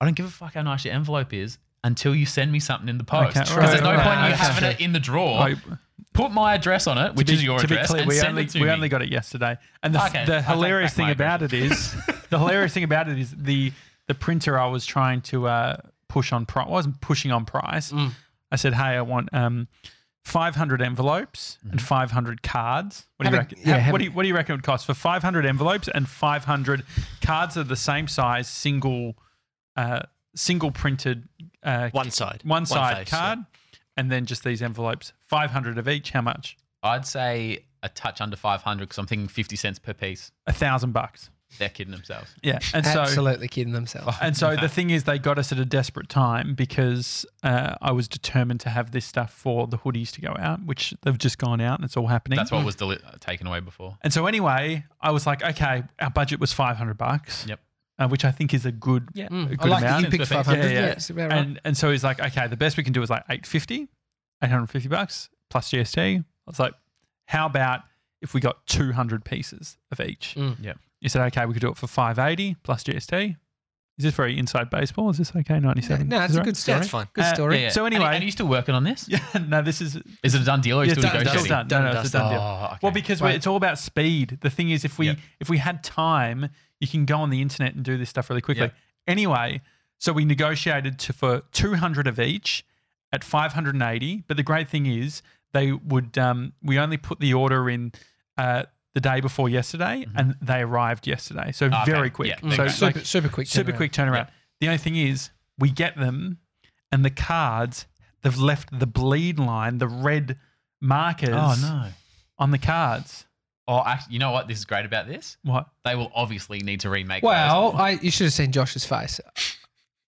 I don't give a fuck how nice your envelope is until you send me something in the post
Okay,
because
right,
there's no
right,
point in
right,
you
okay.
having it in the drawer.
Like,
Put my address on it, which
to
is
be-
your
to be
address,
clear,
and
we
send
only
it to
we
me.
only got it yesterday, and the,
Okay,
the
I take
hilarious
back
thing
my
about it is the hilarious thing about it is the the printer I was trying to uh, push on price wasn't pushing on price.
Mm.
I said, hey, I want um, 500 envelopes
Mm-hmm.
and 500 cards. What do you
Have a-
reckon?
yeah,
ha-
have
what,
a-
do you, what do you reckon it would cost for 500 envelopes and 500 cards of the same size, single uh, single printed uh,
One side.
one side
face, yeah.
card, and then just these envelopes, 500 of each. How much?
I'd say a touch under 500 because I'm thinking 50 cents per piece.
A thousand bucks.
They're kidding themselves.
Yeah, and so
Absolutely kidding themselves.
and so the thing is, they got us at a desperate time because uh, I was determined to have this stuff for the hoodies to go out, which they've just gone out and it's all happening.
That's what was deli- uh, taken away before.
And so anyway, I was like, okay, our budget was five hundred bucks.
Yep.
Uh, which I think is a good,
Yeah.
a good
Hmm, Mm. I like that
amount.
you picked
Yeah,
500.
yeah.
it's about right.
and and so he's like, okay, the best we can do is like 850, 850 bucks plus GST. I was like, how about if we got 200 pieces of each?
Mm.
Yep.
You said, okay, we could do it for 580 plus GST. Is this very inside baseball? Is this okay? 97.
no, it's
Is
a
it
good
Yeah,
story.
that's fine.
Good
Uh,
story.
yeah. So anyway-
And- and are you still working on this?
right? Yeah, no, this is it's
Is it a done deal or are you Oh, still
done, it's
negotiating?
still done.
Done
No, no, it's a
and
done
dusted.
deal.
Oh, okay.
Well, because we
Right.
it's all about speed. The thing is, if we
Yep.
if we had time, you can go on the internet and do this stuff really quickly.
Yep.
Anyway, so we negotiated to for two hundred of each at five hundred and eighty. But the great thing is, they would um, we only put the order in. Uh, the day before yesterday, and they arrived yesterday, so
Mm-hmm. Ah, Okay.
very quick.
Yeah,
so
okay.
like,
super, super quick.
super
turnaround.
quick turnaround. The only thing is, we get them, and the cards they've left the bleed line, the red markers
Oh, no.
on the cards.
Oh, actually, you know what? This is great about this.
What?
They will obviously need to remake those.
Well, I, you should have seen Josh's face.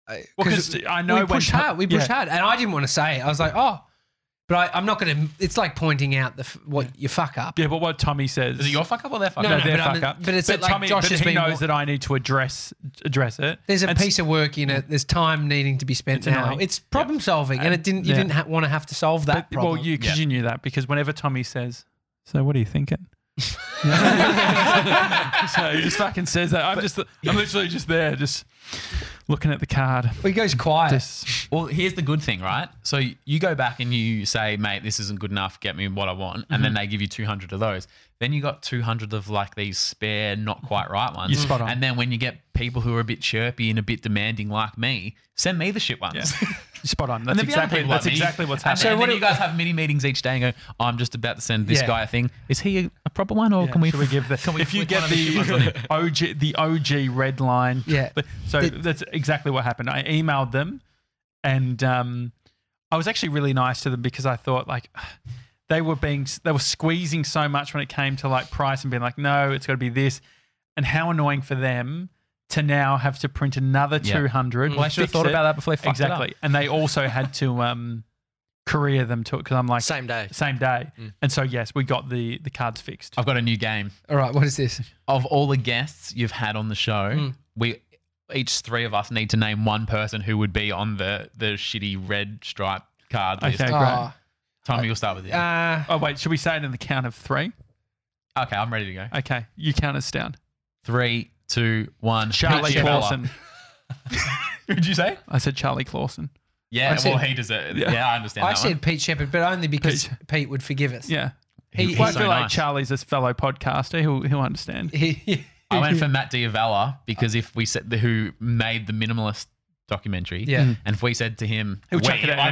I-
Well, 'cause I know
we
when
pushed
Ta-
hard. We pushed
yeah.
hard, and I didn't want to say it. I was like, oh, but I, I'm not going to. It's like pointing out the f- what you fuck up.
Yeah, but what Tommy says.
Is it your fuck up or their fuck
No,
up?
no,
their
but I
fuck
mean-
up.
but it's like
Tommy,
Josh
but
has
he
been
knows
wa-
that I need to address address it.
There's a
And s-
piece of work in it. There's time needing to be spent
It's
now.
annoying.
It's problem solving, and, it didn't. You
Yeah.
didn't ha- want to have to solve that
but-
problem.
Well, you because you knew that because whenever Tommy says, "So what are you thinking?" so he just fucking says that. I'm just, I'm literally just there, just looking at the card.
Well, he goes quiet.
Just,
Well, here's the good thing, right? So you go back and you say, mate, this isn't good enough. Get me what I want. And
Mm-hmm.
then they give you 200 of those. Then you got 200 of like these spare, not quite right ones.
You're spot on.
And then when you get people who are a bit chirpy and a bit demanding like me, send me the shit ones.
spot on.
And
That's
there'll be other
exactly.
people
That's
like me.
exactly what's
And
happening.
then- and then you guys have mini meetings each day and go, "Oh, I'm just about to send this
Yeah.
guy a thing. Is he a, a proper one or can we,
Should we give the, if you
flick
get
one of the shit
the OG the OG red line,
Yeah.
But- So
The-
that's exactly what happened. I emailed them, and um, I was actually really nice to them because I thought like they were being they were squeezing so much when it came to like price and being like, no, it's got to be this, and how annoying for them to now have to print another
Yeah. Mm.
two hundred.
Well, I should have thought about that before they fucked it up.
exactly, and they also had to um, courier them to it because I'm like
Same day.
same day,
Mm.
and so yes, we got the the cards fixed.
I've got a new game.
All right, what is this?
of all the guests you've had on the show, we each three of us need to name one person who would be on the the shitty red stripe card list.
Okay.
Oh,
Tommy, you'll start with you.
uh,
Oh wait, should we say it in the count of three?
okay, I'm ready to go.
Okay, you count us down.
Three, two, one.
Charlie
Pete Chandler.
Clausen.
Who'd you say?
I said Charlie Clausen.
Yeah,
I said-
well, he does it. Yeah, I understand.
I
that
said
one.
Pete Shepard, but only because Pete, would forgive us.
Yeah.
He-
he-
Well, I
so
feel like
nice.
Charlie's a fellow podcaster. He'll he'll understand.
He-
I went for Matt Diavella because if we said the, who made the minimalist documentary,
Yeah. Mm.
and if we said to him,
He'll
"We
check it out
are-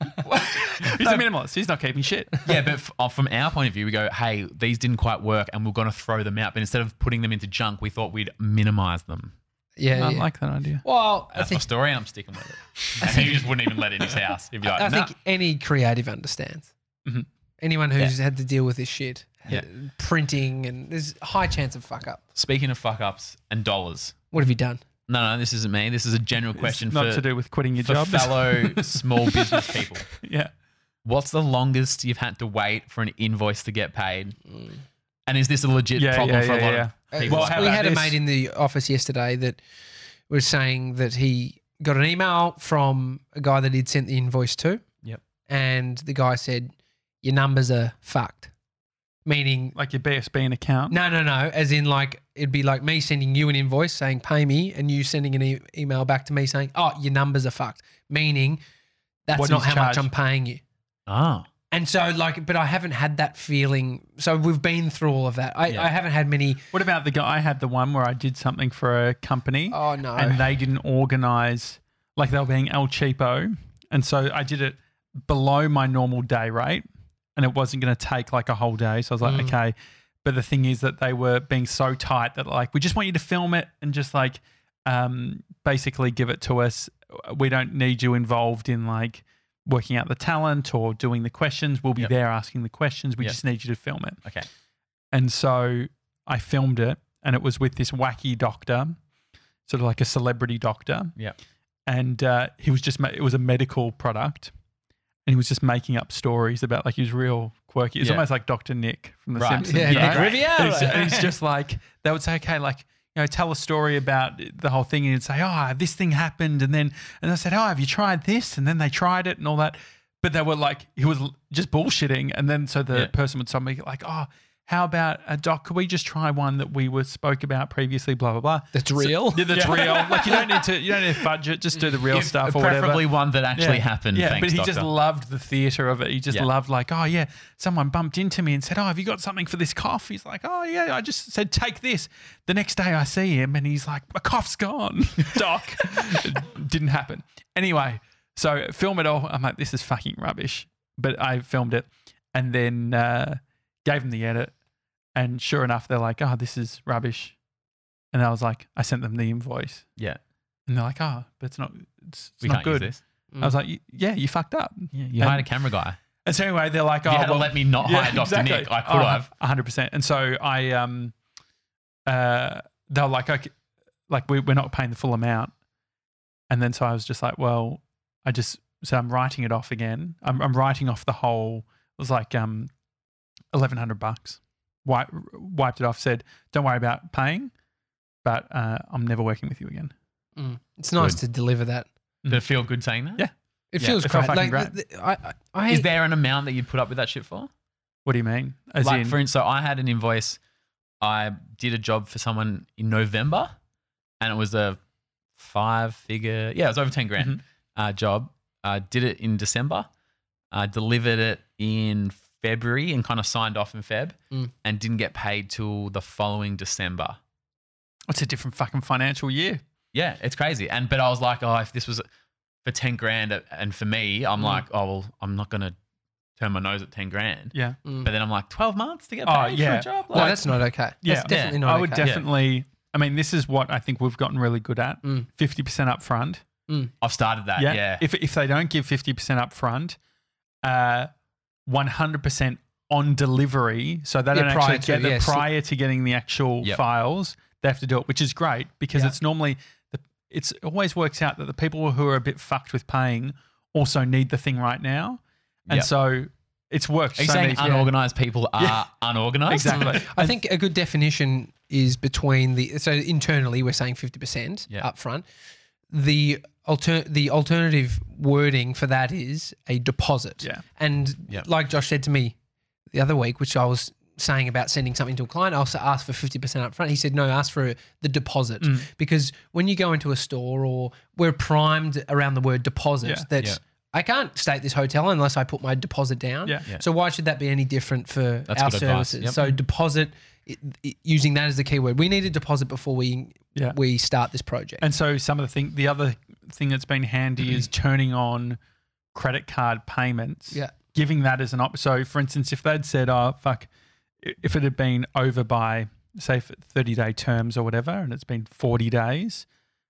anyway. He's a minimalist. He's not keeping shit.
yeah, but f- uh, from our point of view, we go, hey, these didn't quite work and we're going to throw them out. But instead of putting them into junk, we thought we'd minimize them.
yeah,
Um, I
yeah.
like that idea.
well, I
That's
think
my story and I'm sticking with it. And he just wouldn't even let it in his house. He'd be like,
I
nah.
think any creative understands.
Mhm.
Anyone who's had to deal with this shit, uh,
Yeah.
printing, and there's a high chance of fuck up.
Speaking of fuck ups and dollars,
What have you done?
no, no, this isn't me. This is a general question
It's not
for,
to do with quitting your
for
job.
fellow small business people.
yeah.
What's the longest you've had to wait for an invoice to get paid? And is this a legit
Yeah,
problem
yeah,
for a
yeah,
lot
yeah.
of
Uh,
people?
Well, how
we
about
had a
this?
mate in the office yesterday that was saying that he got an email from a guy that he'd sent the invoice to.
Yep.
And the guy said, Your numbers are fucked. Meaning,
Like your BSB and account.
no, no, no. As in, like, it'd be like me sending you an invoice saying, Pay me, and you sending an e- email back to me saying, Oh, your numbers are fucked. Meaning, that's
What
not
he's
how
charged.
much I'm paying you.
Ah,
And so, like, but I haven't had that feeling. So we've been through all of that. I, I haven't had many.
What about the guy? I had the one where I did something for a company.
Oh no!
and they didn't organize like they were being El Cheapo. And so I did it below my normal day rate and it wasn't going to take like a whole day. So I was like, okay. But the thing is that they were being so tight that like, we just want you to film it and just like um, basically give it to us. We don't need you involved in like working out the talent or doing the questions. We'll be
Yep.
there asking the questions. We
Yep.
just need you to film it.
okay.
And so I filmed it and it was with this wacky doctor, sort of like a celebrity doctor.
Yeah.
And uh, he was just, ma- it was a medical product and he was just making up stories about like he was real quirky. It's
Yeah.
almost like Dr. Nick from The
Right.
Simpsons.
yeah,
Yeah,
Nick
right.
And
Riviera.
he's, and he's just like, they would say, okay, like, you know, tell a story about the whole thing. And he'd say, oh, this thing happened. And then, and I said, oh, have you tried this? And then they tried it and all that. But they were like, he was l- just bullshitting. And then, so the
Yeah.
person would suddenly like, oh, how about a doc? Could we just try one that we were spoke about previously? Blah blah blah.
That's real.
Yeah, that's real. Like you don't need to, you don't need to fudge it. Just do the real
Give-
stuff or whatever.
preferably one that actually happened.
Yeah,
Thanks,
but he
doctor.
just loved the theater of it. He just
Yeah.
loved like, oh yeah, someone bumped into me and said, oh, have you got something for this cough? He's like, oh yeah, I just said take this. The next day I see him and he's like, my cough's gone, doc. It Didn't happen. Anyway, so film it all. I'm like, this is fucking rubbish. But I filmed it and then uh, gave him the edit. And sure enough, they're like, oh, this is rubbish. And I was like, I sent them the invoice.
yeah,
And they're like, oh, but it's not, it's, it's
we
not
can't
good.
use this.
I was like, "Y- yeah, you fucked up.
Yeah, you
And-
hired a camera guy.
And so anyway, they're like,
If
oh,
you had to
well,
let me not
yeah,
hire Dr.
exactly.
Nick, I could
Oh,
have.
100%. And so I, um, uh, they were like, okay, like we, we're not paying the full amount. And then so I was just like, well, I just, so I'm writing it off again. I'm, I'm writing off the whole, it was like, um, 1100 bucks. Wipe, wiped it off, said, don't worry about paying, but, uh, I'm never working with you again.
Mm. It's nice to deliver that.
Did it feel good saying that?
Mm. Yeah.
It
Yeah,
feels
it felt
great. Like
fucking
th- th- I, I, I
Is there an amount that you'd put up with that shit for?
What do you mean? As
like
in,
for instance, so I had an invoice. I did a job for someone in November, and it was a five-figure, yeah, it was over ten grand
Mm-hmm.
uh, job. I did it in December. I delivered it in February and kind of signed off in Feb,
Mm.
and didn't get paid till the following December.
it's a different fucking financial year.
Yeah, it's crazy. And but I was like, oh, if this was for ten grand, and for me, I'm
Mm.
like, oh well, I'm not gonna turn my nose at ten grand.
Yeah.
But then I'm like, twelve months to get
Mm. Oh,
paid for
yeah.
a job.
no, that's not okay.
Yeah.
that's definitely not.
I would
okay.
definitely. I mean, this is what I think we've gotten really good at.
Mm.
Fifty percent up front.
I've started that. Uh, Yeah.
If if they don't give fifty percent up front, one hundred percent on delivery, so they
Yeah,
don't
prior
actually
to,
get the
yes.
prior to getting the actual
Yep.
files. They have to do it, which is great because
Yeah.
it's normally the it's it always works out that the people who are a bit fucked with paying also need the thing right now, and
Yep.
so it's worked.
Are you
so
saying
many-
unorganized people are
Yeah.
unorganized?
exactly?
I think a good definition is between the so internally we're saying fifty percent
Yeah.
up front. The alter the alternative wording for that is a deposit.
Yeah.
And
Yeah.
like Josh said to me the other week, which I was saying about sending something to a client, I also asked for fifty percent up front. He said no, ask for the deposit because when you go into a store or we're primed around the word deposit.
Yeah.
That's I can't stay at this hotel unless I put my deposit down.
Yeah.
Yeah.
So why should that be any different for
That's
our
good advice.
services.
Yep.
So deposit it, it- using that as the keyword. We need a deposit before we
Yeah.
we start this project.
And so some of the thing, the other thing that's been handy is turning on credit card payments.
Yeah.
Giving that as an option. So for instance, if they'd said, "Oh fuck," i- if it had been over by say f- thirty day terms or whatever, and it's been forty days,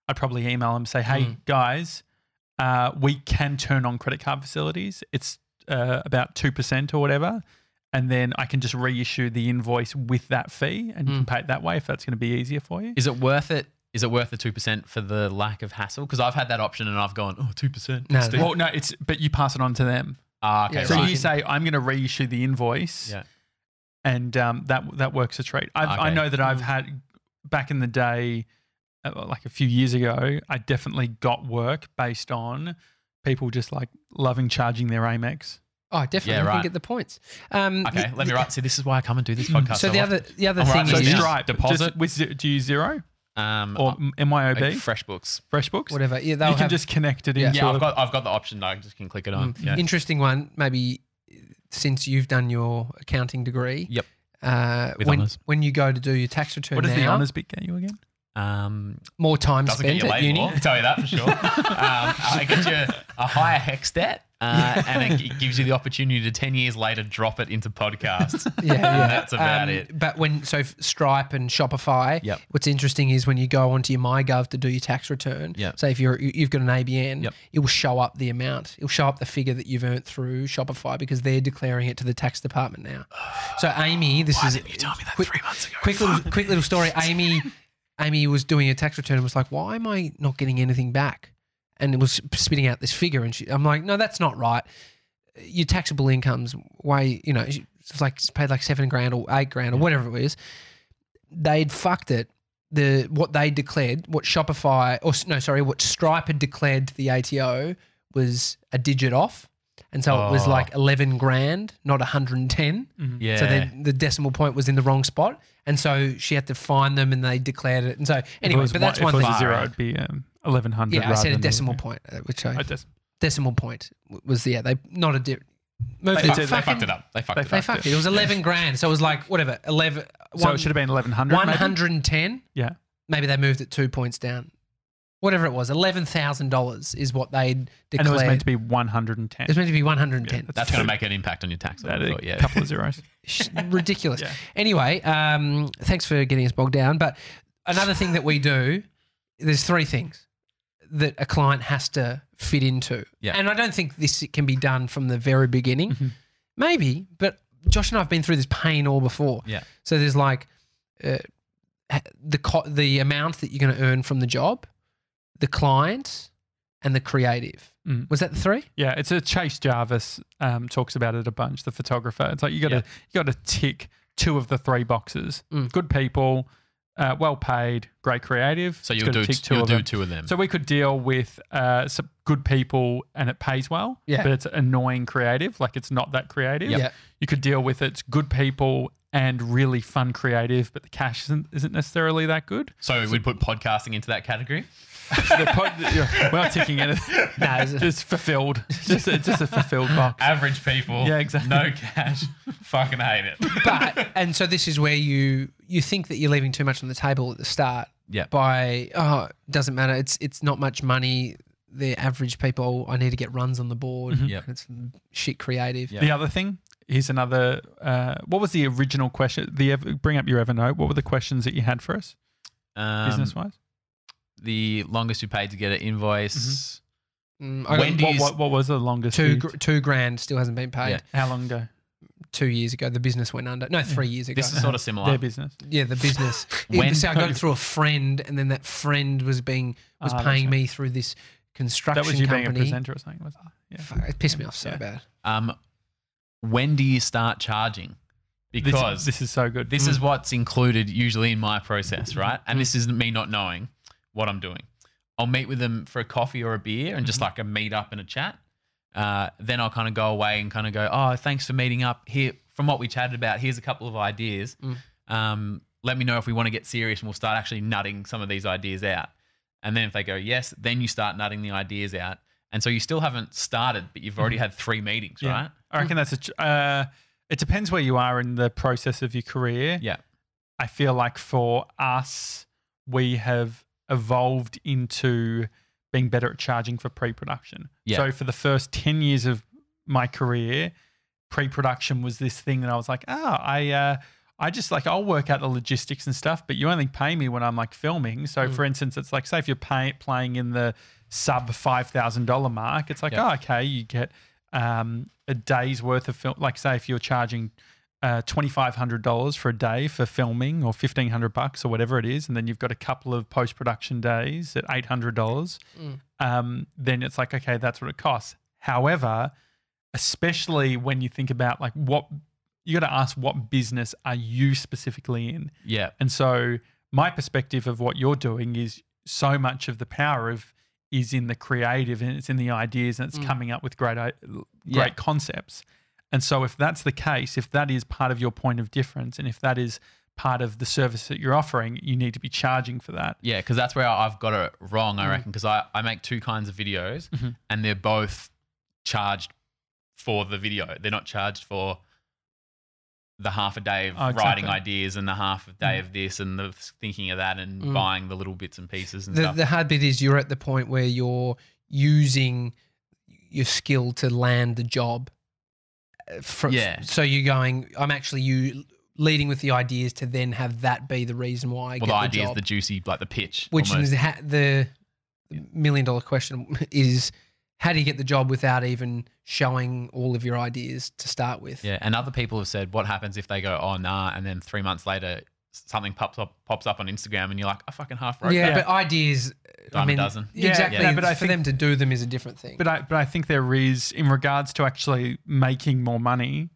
I'd probably email them say, "Hey guys, uh, we can turn on credit card facilities. It's uh, about two percent or whatever." And then I can just reissue the invoice with that fee, and you can pay it that way if that's going to be easier for you.
Is it worth it? Is it worth the two percent for the lack of hassle? Because I've had that option and I've gone, oh, two percent.
No, no.
Well, no, it's but you pass it on to them.
Ah, okay,
Yeah,
So
right.
you say I'm going to reissue the invoice,
Yeah.
and um, that that works a treat. I've, I
Okay.
know that
Mm.
I've had back in the day, uh, like a few years ago, I definitely got work based on people just like loving charging their Amex.
oh, definitely,
Yeah,
I
right.
can get the points. Um,
okay,
the-
let me write. See, this is why I come and do this
Mm.
podcast.
So the other the other
I'm
thing
right,
So
Yeah.
is
Stripe
Deposit.
just with ze- do you use zero
other, um,
Uh,
or MYOB
like FreshBooks.
FreshBooks?
whatever. Yeah, they'll
You can
have
just connect it
Yeah.
into.
Yeah,
a-
I've got, I've got the option though. I just can click it on.
Mm.
Yeah.
interesting one. Maybe since you've done your accounting degree.
Yep.
Uh,
With
when
honours.
when you go to do your tax return
what does the
now,
honors bit get you again?
Um,
more time
doesn't get
spent
you
at
laid
uni.
more. I'll tell you that for sure. um, I get you a higher hex debt, uh, and it, it gives you the opportunity to ten years later drop it into podcasts.
yeah, yeah.
That's about
Um,
it.
But when so f- Stripe and Shopify,
Yep.
what's interesting is when you go onto your MyGov to do your tax return.
Yep.
So if you're you- you've got an ABN,
Yep.
it will show up the amount. It'll show up the figure that you've earned through Shopify because they're declaring it to the tax department now. So Amy, this is
You told me that
quick-
three months ago.
quick little quick little story. Amy Amy was doing a tax return and was like, "Why am I not getting anything back?" And it was spitting out this figure, and she, I'm like, "No, that's not right. Your taxable income's way, you know, it's like it's paid like seven grand or eight grand or whatever it was. They'd fucked it. The what they declared, what Shopify or s- no, sorry, what Stripe had declared to the ATO was a digit off." And so it was
Oh.
like 11 grand, not 110.
Yeah.
So then the decimal point was in the wrong spot, and so she had to find them, and they declared it. And so
If it
anyway,
was
but that's
if
one
it was
thing.
a zero, it'd be um, eleven hundred.
Yeah, I said a decimal point, uh, which I,
I just
decimal point w- was yeah they not a di- moved
They did-
it.
they
they fucked
Fucking-
it up. They fucked
They
it
They
up.
fucked
fucked
it.
it. It was eleven grand, so it was like whatever eleven.
So it should have been eleven hundred.
one hundred and ten.
Yeah.
Maybe they moved it two points down. Whatever it was, eleven thousand dollars is what they
And
declared.
it was meant to be 110.
It was meant to be one hundred and ten.
That's going to make an impact on your tax. I
that
would've
a
thought, yeah.
couple of zeros.
Sh- ridiculous.
Yeah.
Anyway, um, thanks for getting us bogged down. But another thing that we do, there's three things that a client has to fit into.
Yeah.
And I don't think this can be done from the very beginning.
Mhm.
Maybe, but Josh and I have been through this pain all before.
Yeah.
So there's like uh, ha- the co- the amount that you're going to earn from the job, the client, and the creative.
Mm.
Was that the three?
Yeah, it's a Chase Jarvis um, talks about it a bunch. The photographer. It's like you got to you got to tick two of the three boxes.
Mm.
Good people, uh, well paid, great creative.
So
It's
you'll
gotta
do
tick
two, you'll
of
do
them.
two of them.
So we could deal with uh, some good people and it pays well,
Yeah.
but it's annoying creative, like it's not that creative.
Yep. Yeah.
You could deal with it's good people and really fun creative, but the cash isn't, isn't necessarily that good.
so we'd put podcasting into that category.
The pod- yeah, we're not ticking it.
No, it's-
just fulfilled. Just a, just a fulfilled box.
Average people.
Yeah, exactly.
No cash. Fucking hate it.
but and so this is where you you think that you're leaving too much on the table at the start
Yeah.
by oh it doesn't matter it's it's not much money the average people oh, I need to get runs on the board
Mm-hmm.
Yep.
and it's shit creative
Yep.
The other thing. Here's another. Uh, what was the original question? The ev- bring up your Evernote. What were the questions that you had for us,
Um,
business wise?
The longest you paid to get an invoice.
Mm-hmm.
Mm, I got
When do
What,
you-
what, what was the longest?
two
you-
gr- two grand still hasn't been paid
Yeah.
how long ago?
two years ago the business went under no three years ago
This is sort of similar.
Their business.
yeah the business
When-
so I got it through a friend and then that friend was being was
Ah, that's
paying
right.
me through this construction
That was you
company
being a presenter or something, was it? Yeah.
Fuck, it pissed me off so
Yeah.
bad
Um, when do you start charging?
This-
Because
this, is so good.
This is what's included usually in my process, right? And this is me not knowing what I'm doing. I'll meet with them for a coffee or a beer and just like a meet up and a chat. Uh, then I'll kind of go away and kind of go, oh, thanks for meeting up. Here, from what we chatted about, here's a couple of ideas. Um, let me know if we want to get serious and we'll start actually nutting some of these ideas out. And then if they go yes, then you start nutting the ideas out. And so you still haven't started, but you've already had three meetings,
Yeah.
right?
I reckon that's a. Ch- uh, it depends where you are in the process of your career.
Yeah.
I feel like for us, we have evolved into being better at charging for pre production.
Yeah.
So for the first 10 years of my career, pre production was this thing that I was like, ah, I, uh, I just like, I'll work out the logistics and stuff, but you only pay me when I'm like filming. So
Mm.
for instance, it's like, say if you're pay- playing in the sub $5,000 mark, it's like,
Yeah.
oh, okay, you get um, a day's worth of film. Like, say if you're charging uh, $2,500 for a day for filming or 1500 bucks or whatever it is, and then you've got a couple of post production days at $800, um, then it's like, okay, that's what it costs. However, especially when you think about like what you got to ask, what business are you specifically in?
Yeah.
And so my perspective of what you're doing is so much of the power of is in the creative and it's in the ideas and it's coming up with great i- great
Yeah.
concepts. And so if that's the case, if that is part of your point of difference and if that is part of the service that you're offering, you need to be charging for that.
Yeah, because that's where I've got it wrong,
Mm.
I reckon. Because I, I make two kinds of videos
Mm-hmm.
Mhm.
and they're both charged for the video. They're not charged for the half a day of
Oh, exactly.
writing ideas and the half a day of this and the thinking of that and
Mm.
buying the little bits and pieces and
the,
stuff.
the hard bit is you're at the point where you're using your skill to land the job. Uh, fr-
Yeah.
So you're going. I'm actually you leading with the ideas to then have that be the reason why I
well,
get
the
the
idea is
job.
the juicy, like the pitch.
which
almost.
is ha- the million dollar question is how do you get the job without even showing all of your ideas to start with?
Yeah, and other people have said, "What happens if they go, oh nah," and then three months later, something pops up pops up on Instagram, and you're like, "I fucking half wrote."
Yeah,
that."
but ideas. I
Dime a
mean,
dozen.
Yeah,
exactly.
yeah, but
but
I
for them to do them is a different thing.
But I but I think there is in regards to actually making more money,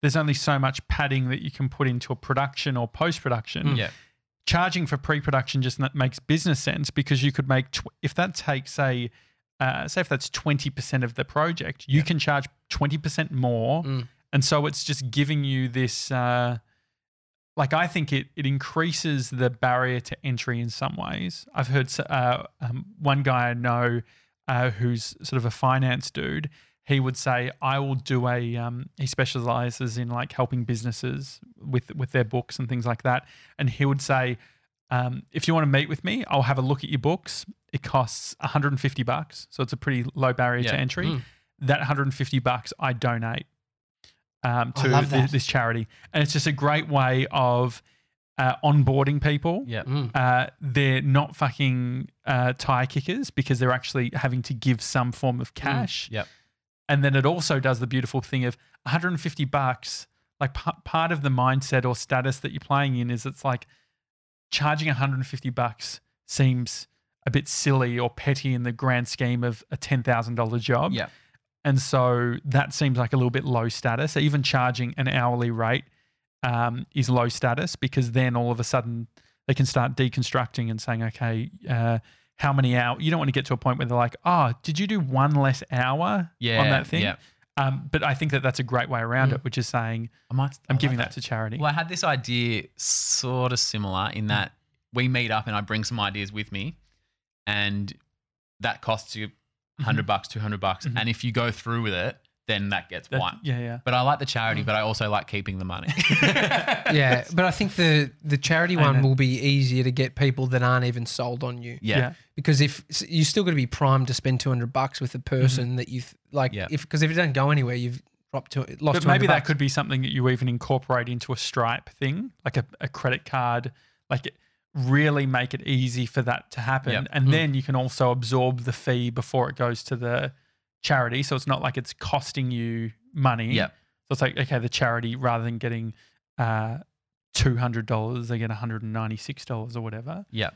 there's only so much padding that you can put into a production or post production.
mm.
yeah,
charging for pre-production just n- makes business sense because you could make tw- if that takes say uh, say if that's 20% of the project you can charge 20% more
Mm.
and so it's just giving you this uh, like i think it, it increases the barrier to entry in some ways i've heard s- uh, um, one guy i know uh, who's sort of a finance dude he would say i will do a um, he specializes in like helping businesses with with their books and things like that and he would say um, if you want to meet with me i'll have a look at your books it costs 150 bucks so it's a pretty low barrier to
Yeah.
entry
Mm.
that 150 bucks i donate um,
I
to
love
thi-
that.
this charity and it's just a great way of uh, onboarding people
yeah.
Mm.
uh, they're not fucking uh, tire kickers because they're actually having to give some form
Mm.
of cash.
yep.
And then it also does the beautiful thing of 150 bucks. Like p- part of the mindset or status that you're playing in is it's like charging 150 bucks seems a bit silly or petty in the grand scheme of a $10,000 job.
Yeah.
And so that seems like a little bit low status. Even charging an hourly rate um, is low status because then all of a sudden they can start deconstructing and saying, okay, uh, how many hours? You don't want to get to a point where they're like, oh, did you do one less hour on
Yeah,
that thing?
yeah.
Um, but I think that that's a great way around it, which is saying,
I might.
I'm giving that to charity.
Well, I had this idea sort of similar in that we meet up and I bring some ideas with me, and that costs you
Mm-hmm.
100 bucks, 200 bucks, and if you go through with it, then that gets
That-
one.
Yeah, yeah.
But I like the
Mm.
charity, but I also like keeping the money.
yeah, but I think the the charity one
Amen.
will be easier to get people that aren't even sold on you.
yeah.
Yeah.
because if s- you're still going to be primed to spend 200 bucks with a
Mm-hmm.
person that you th- like
Yeah.
if because if it doesn't go anywhere you've dropped to lost
But maybe
200
that
bucks.
could be something that you even incorporate into a Stripe thing, like a, a credit card, like it really make it easy for that to happen.
Hmm.
Yep.
And then you can also absorb the fee before it goes to the charity. So it's not like it's costing you money.
Yep.
So it's like, okay, the charity, rather than getting uh, $200, they get $196 or whatever.
Yeah.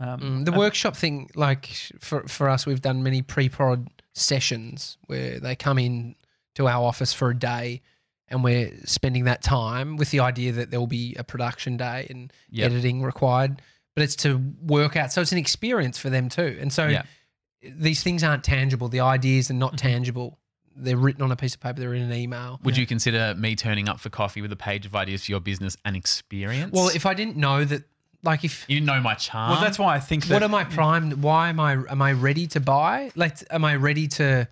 Um,
Mm, the
and-
workshop thing like for for us we've done many pre-prod sessions where they come in to our office for a day and we're spending that time with the idea that there'll be a production day and
Yep.
editing required but it's to work out so it's an experience for them too and so
Yeah. Mm-hmm.
these things aren't tangible the ideas are not tangible they're written on a piece of paper they're in an email
Would you consider me turning up for coffee with a page of ideas for your business and experience?
Well, if I didn't know that, like, if
you didn't know my charm.
Well, that's why I think that.
what am I primed? Why am I am I ready to buy? Like, am I ready to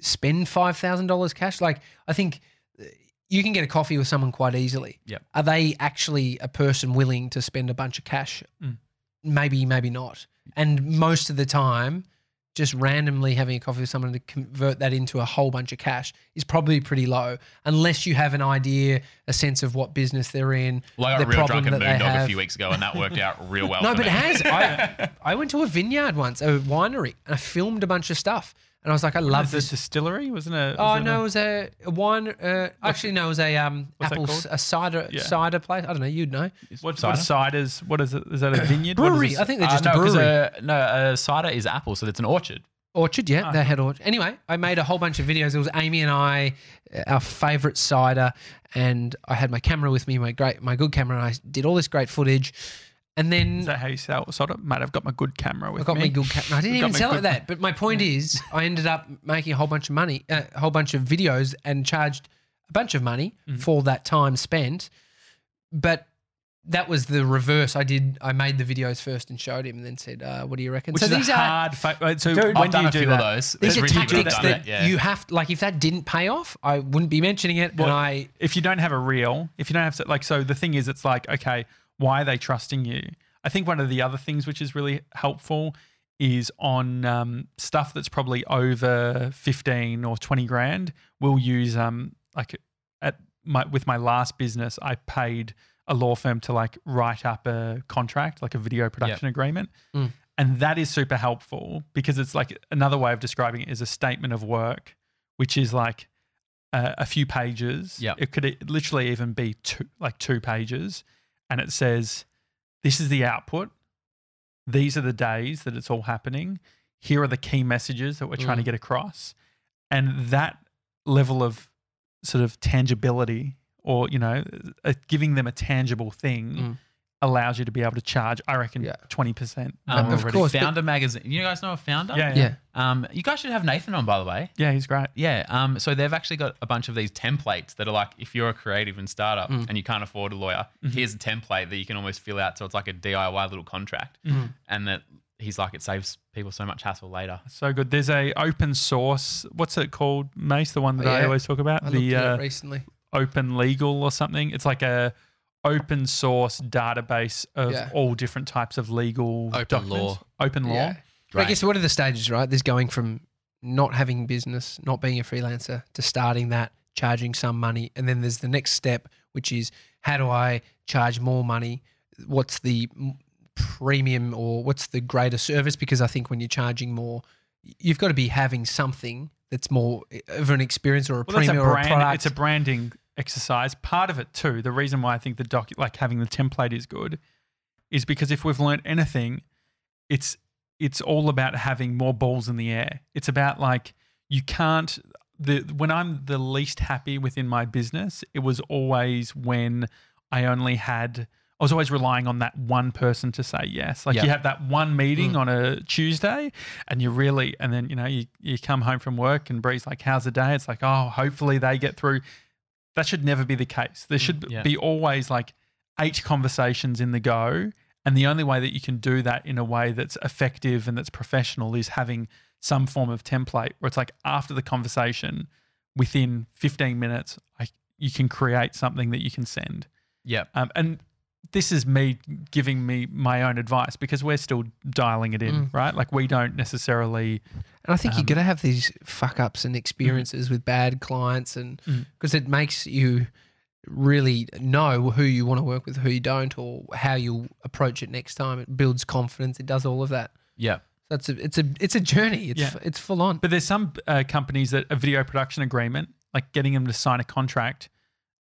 spend five thousand dollars cash? Like, I think uh, you can get a coffee with someone quite easily.
Yep.
Are they actually a person willing to spend a bunch of cash?
Mm.
Maybe, maybe not. And most of the time, just randomly having a coffee with someone to convert that into a whole bunch of cash is probably pretty low, unless you have an idea, a sense of what business they're in,
Well, I
the
got a real
problem
drunken
that they
moondog a
have.
few weeks ago, and that worked out real well.
No,
for
but it
me.
has. I I went to a vineyard once, a winery, and I filmed a bunch of stuff. And I was like, I love
Love the
this.
distillery, wasn't it?
Oh
was it
no, it
a-
was a, a wine. Uh, actually, no, it was a um
that
apple
called?
c- a cider
Yeah.
cider place. I don't know. You'd know.
What, what ciders? What is it? Is that a vineyard? What is
Brewery.
this-
I think they're
Uh,
just
no,
a
'cause,
brewery.
uh, no, uh, cider is apple, so it's an orchard.
orchard. Yeah,
Ah.
they had orchard. Anyway, I made a whole bunch of videos. It was Amy and I, uh, our favorite cider, and I had my camera with me, my great, my good camera, and I did all this great footage. And then
Is that how you sell sort of? Mate, I've got my good camera with
I got
me.
me good cat. No, I didn't
Got
even
me
sell it
good-
that. But my point is, I ended up making a whole bunch of money, uh, a whole bunch of videos, and charged a bunch of money
Mm-hmm.
for that time spent. But that was the reverse. I did. I made the videos first and showed him, and then said, uh, "What do you reckon?"
Which
so
is
these
a
are
hard. Fa- right, so
Dude,
when
I've
do
done
you
a few
do that?
of those.
these
It's
are
really good I've
tactics
done
that
it, yeah.
you have. Like if that didn't pay off, I wouldn't be mentioning it.
Well-
and I
If you don't have a reel, if you don't have to, like, so the thing is, it's like, okay, why are they trusting you? I think one of the other things which is really helpful is on um, stuff that's probably over fifteen or twenty grand. We'll use um like at my with my last business, I paid a law firm to like write up a contract, like a video production agreement.
Mm.
And that is super helpful because it's like another way of describing it is a statement of work, which is like a, a few pages.
Yeah.
It could e, literally even be two, like two pages. And it says, this is the output. These are the days that it's all happening. Here are the key messages that we're trying
Mm.
to get across. And that level of sort of tangibility or, you know, uh, giving them a tangible thing
Mm.
allows you to be able to charge, I reckon,
Yeah.
20%.
Um,
more
of
already.
course, but-
Founder magazine. You guys know of Founder?
Yeah, yeah.
yeah.
Um, you guys should have Nathan on, by the way.
Yeah, he's great.
Yeah. Um, so they've actually got a bunch of these templates that are like, if you're a creative and startup
Mm.
and you can't afford a lawyer,
Mm-hmm.
here's a template that you can almost fill out. So it's like a DIY little contract,
Mm-hmm.
and that he's like, it saves people so much hassle later.
So good. There's a open source. What's it called, Mace? The one that
Oh,
I
yeah.
always talk about.
I looked
the
at
uh,
it recently.
open legal or something. It's like a open source database of
Yeah.
all different types of legal
Open
documents.
law.
Open law.
Yeah. But I guess what are the stages, right? There's going from not having business, not being a freelancer, to starting that, charging some money, and then there's the next step, which is how do I charge more money? What's the m- premium or what's the greater service? Because I think when you're charging more, you've got to be having something that's more eh, of an experience or a
Well, that's a
premium or a
brand.
product.
It's a branding exercise. Part of it too. The reason why I think the doc, like having the template, is good, is because if we've learned anything, it's it's all about having more balls in the air. It's about like you can't. The when I'm the least happy within my business, it was always when I only had I was always relying on that one person to say yes. Like
Yeah.
you have that one meeting
Mm.
on a Tuesday, and you really, and then you know you, you come home from work and Bree's like, "How's the day?" It's like, "Oh, hopefully they get through." That should never be the case. There should
yeah.
be always like eight conversations in the go, and the only way that you can do that in a way that's effective and that's professional is having some form of template where it's like after the conversation, within 15 minutes, I, you can create something that you can send.
Yep.
Um, and this is me giving me my own advice because we're still dialing it in, right? Like we don't necessarily.
And I think
Um,
you're going to have these fuck ups and experiences with bad clients, and
Mm.
because it makes you really know who you want to work with, who you don't, or how you'll approach it next time. It builds confidence. It does all of that.
Yep.
So it's a it's a it's a journey. It's
Yeah.
f it's full on.
But there's some uh, companies that a video production agreement, like getting them to sign a contract,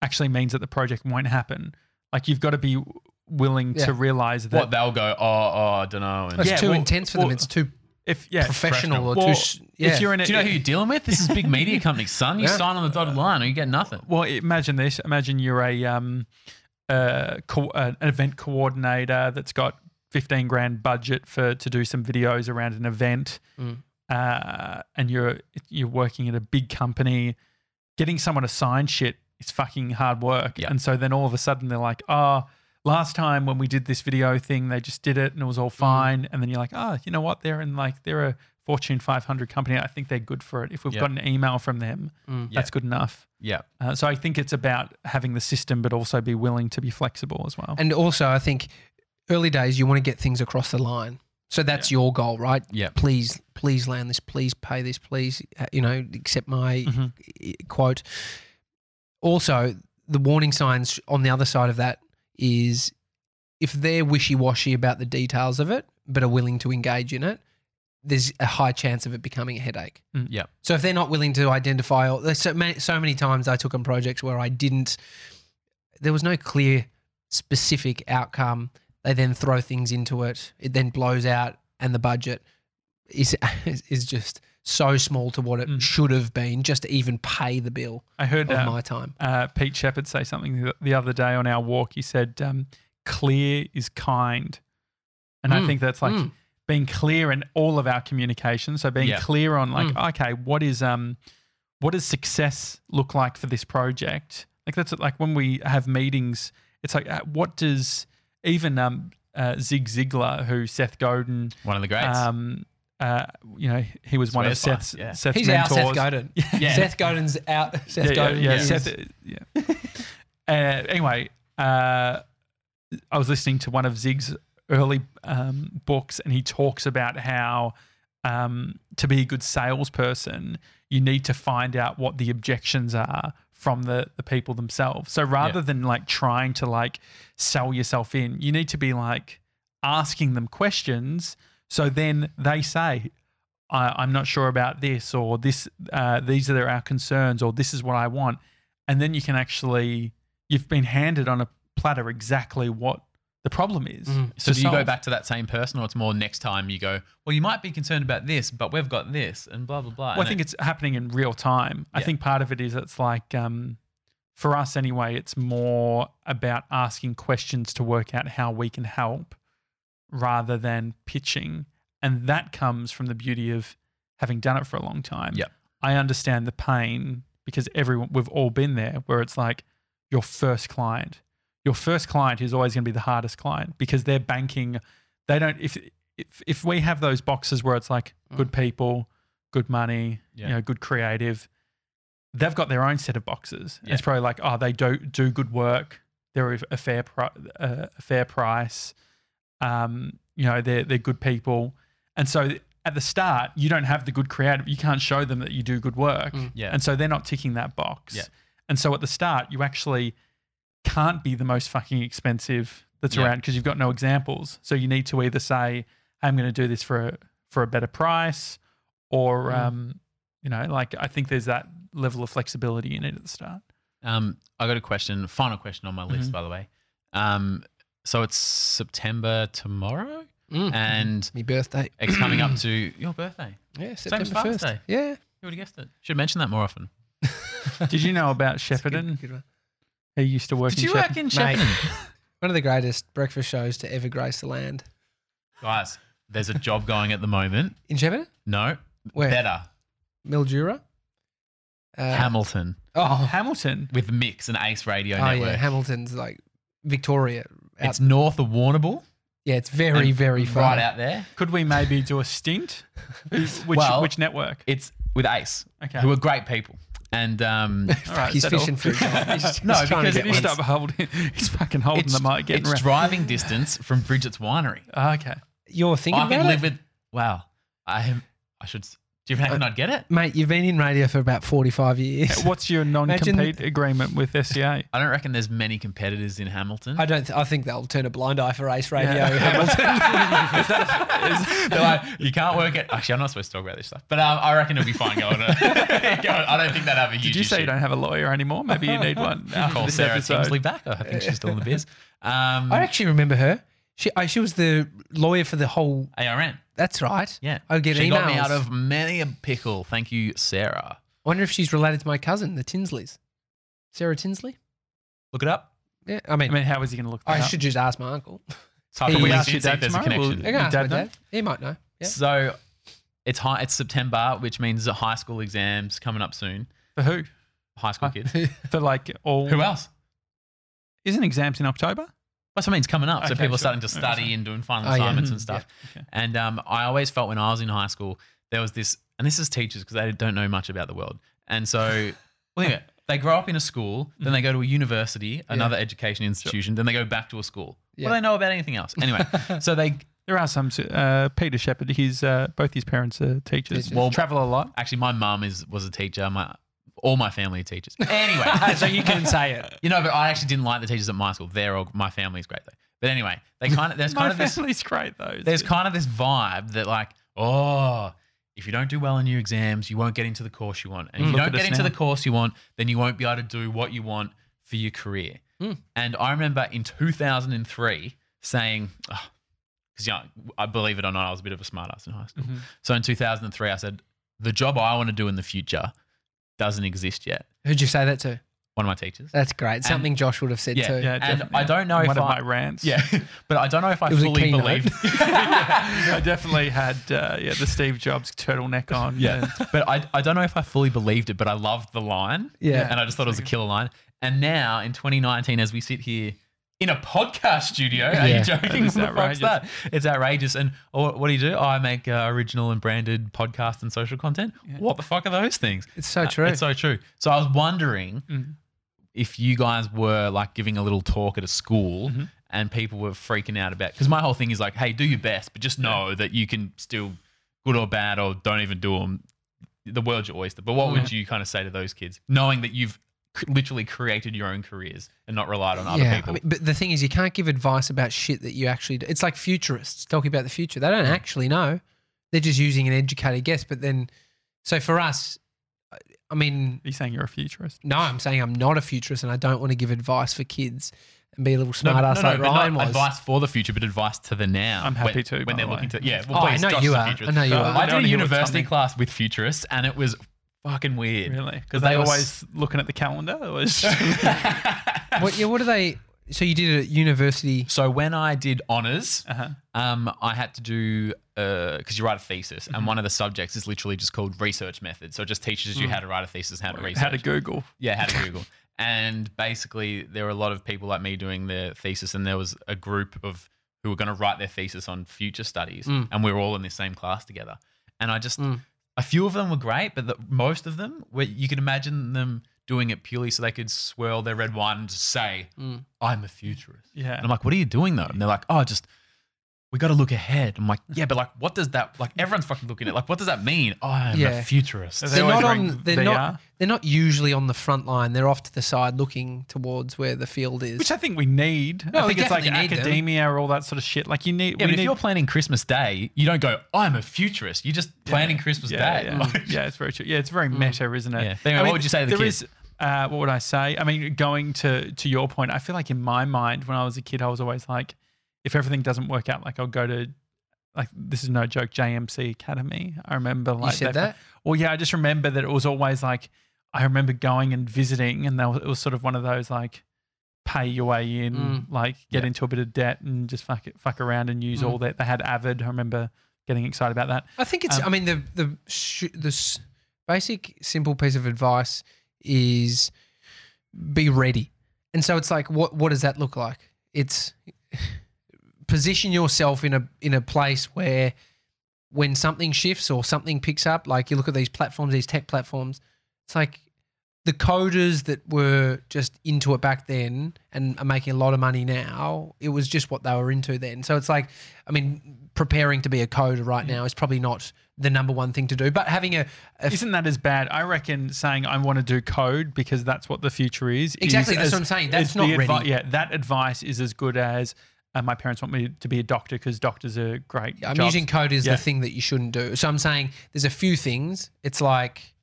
actually means that the project won't happen. Like you've got to be willing
Yeah.
to realize that
What they'll go, oh, oh, I don't know.
it's
Yeah,
too
well-
intense for
well,
them. It's too
if yeah,
professional, or
Well,
too. s- Yeah.
if you're in, a,
Do you know who you're dealing with? This is big media companies, son. You
Yeah.
sign on the dotted line or you get nothing.
Well, imagine this. Imagine you're a um, uh, co- uh, an event coordinator that's got 15 grand budget for to do some videos around an event,
Mm.
uh, and you're you're working at a big company. Getting someone to sign shit is fucking hard work,
Yeah.
and so then all of a sudden they're like, oh. Last time when we did this video thing, they just did it and it
Mm.
was all fine. And then you're like, oh, you know what? They're in like they're a Fortune 500 company. I think they're good for it. If we've
Yeah.
got an email from them,
Mm.
that's good enough.
Yeah.
Uh, so I think it's about having the system, but also be willing to be flexible as well.
And also, I think early days, you want to get things across the line. So that's your goal, right?
Yeah.
Please, please land this. Please pay this. Please, uh, you know, accept my
Mhm.
i- quote. Also, the warning signs on the other side of that is if they're wishy washy about the details of it, but are willing to engage in it, there's a high chance of it becoming a headache.
Mm.
Yep.
So if they're not willing to identify, or there's so many, so many times I took on projects where I didn't, there was no clear specific outcome. They then throw things into it. It then blows out, and the budget is is just so small to what it
Mm.
should have been just to even pay the bill
I heard
of
uh,
Oh my time.
uh, Pete Shepard say something the- the other day on our walk. He said, um, "Clear is kind," and I
Mm.
think that's like
Mm.
being clear in all of our communication. So being
Yeah.
clear on like,
Mm.
okay, what is um, what does success look like for this project? Like that's like when we have meetings, it's like, uh, what does even um, uh, Zig Ziglar, who Seth Godin
One of the greats.
um, uh, you know, he was one of
where's Seth?
Seth's,
Yeah.
Seth's
He's
mentors.
our Seth Godin.
Yeah.
Seth Godin's out. Seth
yeah,
Godin.
yeah, yeah,
is-
Seth, yeah. uh, anyway, uh, I was listening to one of Zig's early um, books, and he talks about how um, to be a good salesperson, you need to find out what the objections are from the, the people themselves. So rather than like trying to like sell yourself in, you need to be like asking them questions. So then they say, I, I'm not sure about this, or this, uh, these are our concerns, or this is what I want. And then you can actually, you've been handed on a platter exactly what the problem is.
Mm.
so
to
do you go
solve.
back to that same person or it's more next time you go, well, you might be concerned about this, but we've got this and blah, blah, blah.
Well, I think it's happening in real time. I
Yeah.
think part of it is it's like, um, for us anyway, it's more about asking questions to work out how we can help rather than pitching. And that comes from the beauty of having done it for a long time.
Yep.
I understand the pain because everyone, we've all been there where it's like your first client. Your first client is always going to be the hardest client because they're banking. They don't, if, if, if we have those boxes where it's like
Mm.
good people, good money,
Yeah.
you know, good creative. They've got their own set of boxes.
Yeah.
It's probably like, oh, they do do good work. They're a fair pri- uh, a fair price. Um, you know, they're they're good people, and so at the start, you don't have the good creative. You can't show them that you do good work,
Mm.
Yeah.
and so they're not ticking that box.
Yeah.
And so at the start, you actually can't be the most fucking expensive that's
Yeah.
around because you've got no examples. So you need to either say, "I'm going to do this for a, for a better price," or
Mm.
um, you know, like I think there's that level of flexibility in it at the start.
Um, I got a question, final question on my list,
Mhm.
by the way. Um, so it's September tomorrow,
Mm.
and
My birthday.
it's coming up to your birthday.
Yeah,
Same
September
as Father's
1st.
Day.
Yeah.
You would have guessed it. Should mention that more often.
Did you know about
It's a good-
Shepparton?
good one.
He used to work in Shepparton.
in
Mate, One of the greatest breakfast shows to ever grace the land.
Guys, there's a job going at the moment.
In Shepparton?
No,
Where?
better.
Mildura? Uh,
Hamilton
Oh,
Hamilton.
with Mix and Ace Radio
oh
Network.
yeah. Hamilton's like Victoria. out-
it's north of Warrnambool.
yeah, it's very,
and
very far.
Right out there.
Could we maybe do a stint? which,
Well-
which network?
It's with Ace,
Okay.
who are great people. And um,
All right,
He's
is that all?
fishing for his he's, he's
No,
trying to
because
get
it is
one.
the-
Stop holding. He's fucking holding
it's,
the mic, getting
it's
around.
driving distance from Bridget's Winery.
Ah, okay.
You're thinking
I
about
can
it?
live with. Wow, I am. I should. s- Do you
Uh,
reckon I'd get it?
Mate, you've been in radio for about 45 years.
What's your non-compete agreement with E SCA?
I don't reckon there's many competitors in Hamilton.
I don't. Th- I think they'll turn a blind eye for Ace Radio.
Yeah.
They're like, you can't work it. Actually, I'm not supposed to talk about this stuff, but um, I reckon it'll be fine going. on. Going- I don't think that have a huge
Did you say
issue.
you don't have a lawyer anymore? Maybe you need one. after
Call
this
Sarah
episode.
Tinsley back. I think she's still in the biz. Um,
I actually remember her. She I, she was the lawyer for the whole.
ARN.
That's right.
Yeah.
I Oh, get
she
emails.
got me out of many a pickle. Thank you, Sarah.
I wonder if she's related to my cousin, the Tinsleys. Sarah Tinsley.
Look it up.
Yeah. I mean,
I
I,
mean, how is he going to look? That up?
should just ask my uncle.
Type
Can
in
we
LinkedIn,
ask your
see
dad
if there's a
tomorrow?
connection.
I can ask my
dad know?
dad. He might know. Yeah.
So it's high. It's September, which means the high school exams coming up soon.
for who?
High school
Huh.
kids.
For like all?
Who else?
Isn't exams in October?
That's what I mean. It's coming up, so
Okay,
people
sure.
are starting to study
Okay.
and doing final
Oh, yeah.
assignments
Mhm.
and stuff.
Yeah. Okay.
And um, I always felt when I was in high school, there was this, and this is teachers because they don't know much about the world, and so well, anyway, they grow up in a school, then they go to a university, another education institution, then they go back to a school.
Yeah.
What do they know about anything else? Anyway, so they
There are some. Uh, Peter Shepherd. His uh, both his parents are teachers.
Teachers.
Well, travel a lot.
actually, my mum is was a teacher. My all my family are teachers. Anyway,
so you can say it.
you know, but I actually didn't like the teachers at my school. They're all my family is great though. But anyway, they kind of there's
My
kind of this
family's great though.
there's kind of this vibe that like, oh, if you don't do well in your exams, you won't get into the course you want. And if
Mm.
you
Look
don't
at us
get into
now.
the course you want, then you won't be able to do what you want for your career.
Mm.
And I remember in 2003 saying, because yeah, I believe it or not, I was a bit of a smartass in high school.
Mm-hmm.
Mhm.
So in 2003, I said, the job I want to do in the future doesn't exist yet.
Who'd you say that to?
One of my teachers.
That's great. Something Josh would have said
Yeah,
too.
Yeah,
and
definitely.
I don't know
One
if
of
I-
my rants.
Yeah, but I don't know if I
It was a
fully
keynote.
believe.
I definitely had uh, yeah the Steve Jobs turtleneck on.
Yeah. but I, I don't know if I fully believed it, but I loved the line.
Yeah.
And I just thought it was a killer line. And now in 2019, as we sit here in a podcast studio, are
Yeah.
you joking?
It's
What the fuck's
outrageous.
that? It's outrageous. And oh, what do you do? Oh, I make uh, original and branded podcast and social content. What the fuck are those things?
It's
Uh,
so true.
It's so true. So I was wondering
mm,
if you guys were like giving a little talk at a school
Mm-hmm.
and people were freaking out about because my whole thing is like, hey, do your best, but just know that you can still good or bad or don't even do them. The world's your oyster. But what
Mm-hmm.
would you kind of say to those kids, knowing that you've c- literally created your own careers and not relied on other
yeah,
people?
I mean, but the thing is, you can't give advice about shit that you actually. Do. It's like futurists talking about the future. They don't
Hmm.
actually know. They're just using an educated guess. But then, so for us, I- I mean,
He's saying you're a futurist.
no, I'm saying I'm not a futurist, and I don't want to give advice for kids and be a little
No,
smart ass
no,
like
but not
Ryan was.
advice for the future, but advice to the now.
I'm happy
when,
to, by
When they're
the
looking
way.
to, yeah.
Oh,
Well,
I
please,
know
Josh
you
is a
are.
futurist.
I know you
Uh,
are.
I
I
don't
did a
hear
university
what's
class with futurists, and it was fucking weird.
Really? Because
they
they
were
always looking at the calendar. It was
what, yeah, what do they? So you did it at university.
So when I did honors,
Uh-huh.
um, I had to do because you write a thesis, and one of the subjects is literally just called research method. So it just teaches you how to write a thesis, how to research,
how to Google.
yeah, how to Google. And basically, there were a lot of people like me doing their thesis, and there was a group of who were going to write their thesis on future studies,
Mm.
and we were all in this same class together. And I just
Mm.
a few of them were great, but the, most of them were you could imagine them doing it purely so they could swirl their red wine and just say,
Mm.
"I'm a futurist."
Yeah.
And I'm like, what are you doing though? And they're like, oh, just we got to look ahead. I'm like, yeah, but like, what does that like? Everyone's fucking looking at it. like, what does that mean? Oh, I'm
Yeah.
a futurist.
Are
They're
always
not
wearing
on. They're
VR?
not. They're not usually on the front line. They're off to the side, looking towards where the field is.
Which I think we need.
No,
I
we
think it's like
definitely need them.
academia or all that sort of shit. Like you need.
yeah,
we
but
need,
if you're planning Christmas Day, you don't go, I'm a futurist. You're just planning Christmas
yeah,
Day.
yeah.
Like, Mm.
Yeah, it's very true. Yeah, it's very meta, isn't it?
Yeah. Anyway, what would you say to the
there
kids?
is- uh, what would I say? I mean, going to to your point, I feel like in my mind when I was a kid, I was always like, if everything doesn't work out, like I'll go to, like this is no joke, JMC Academy. I remember like
said
they-
that?
Well, yeah, I just remember that it was always like I remember going and visiting, and they were, it was sort of one of those like pay your way in,
Mm.
like get
Yeah.
into a bit of debt and just fuck it, fuck around and
Mm-hmm.
use all that. They had Avid. I remember getting excited about that.
I think it's.
Um,
I mean, the the sh- the s- basic simple piece of advice is be ready. And so it's like, what what does that look like? It's position yourself in a in a place where when something shifts or something picks up, like you look at these platforms, these tech platforms, it's like the coders that were just into it back then and are making a lot of money now, it was just what they were into then. So it's like, I mean, preparing to be a coder right now is probably not the number one thing to do, but having a, a
Isn't that as bad? I reckon saying I want to do code because that's what the future is. is
Exactly, that's
as-
what I'm saying.
is
That's not
the advi-
ready.
Yeah, that advice is as good as uh, my parents want me to be a doctor because doctors are great.
I'm
jobs.
using code as
Yeah.
the thing that you shouldn't do. So I'm saying there's a few things. It's like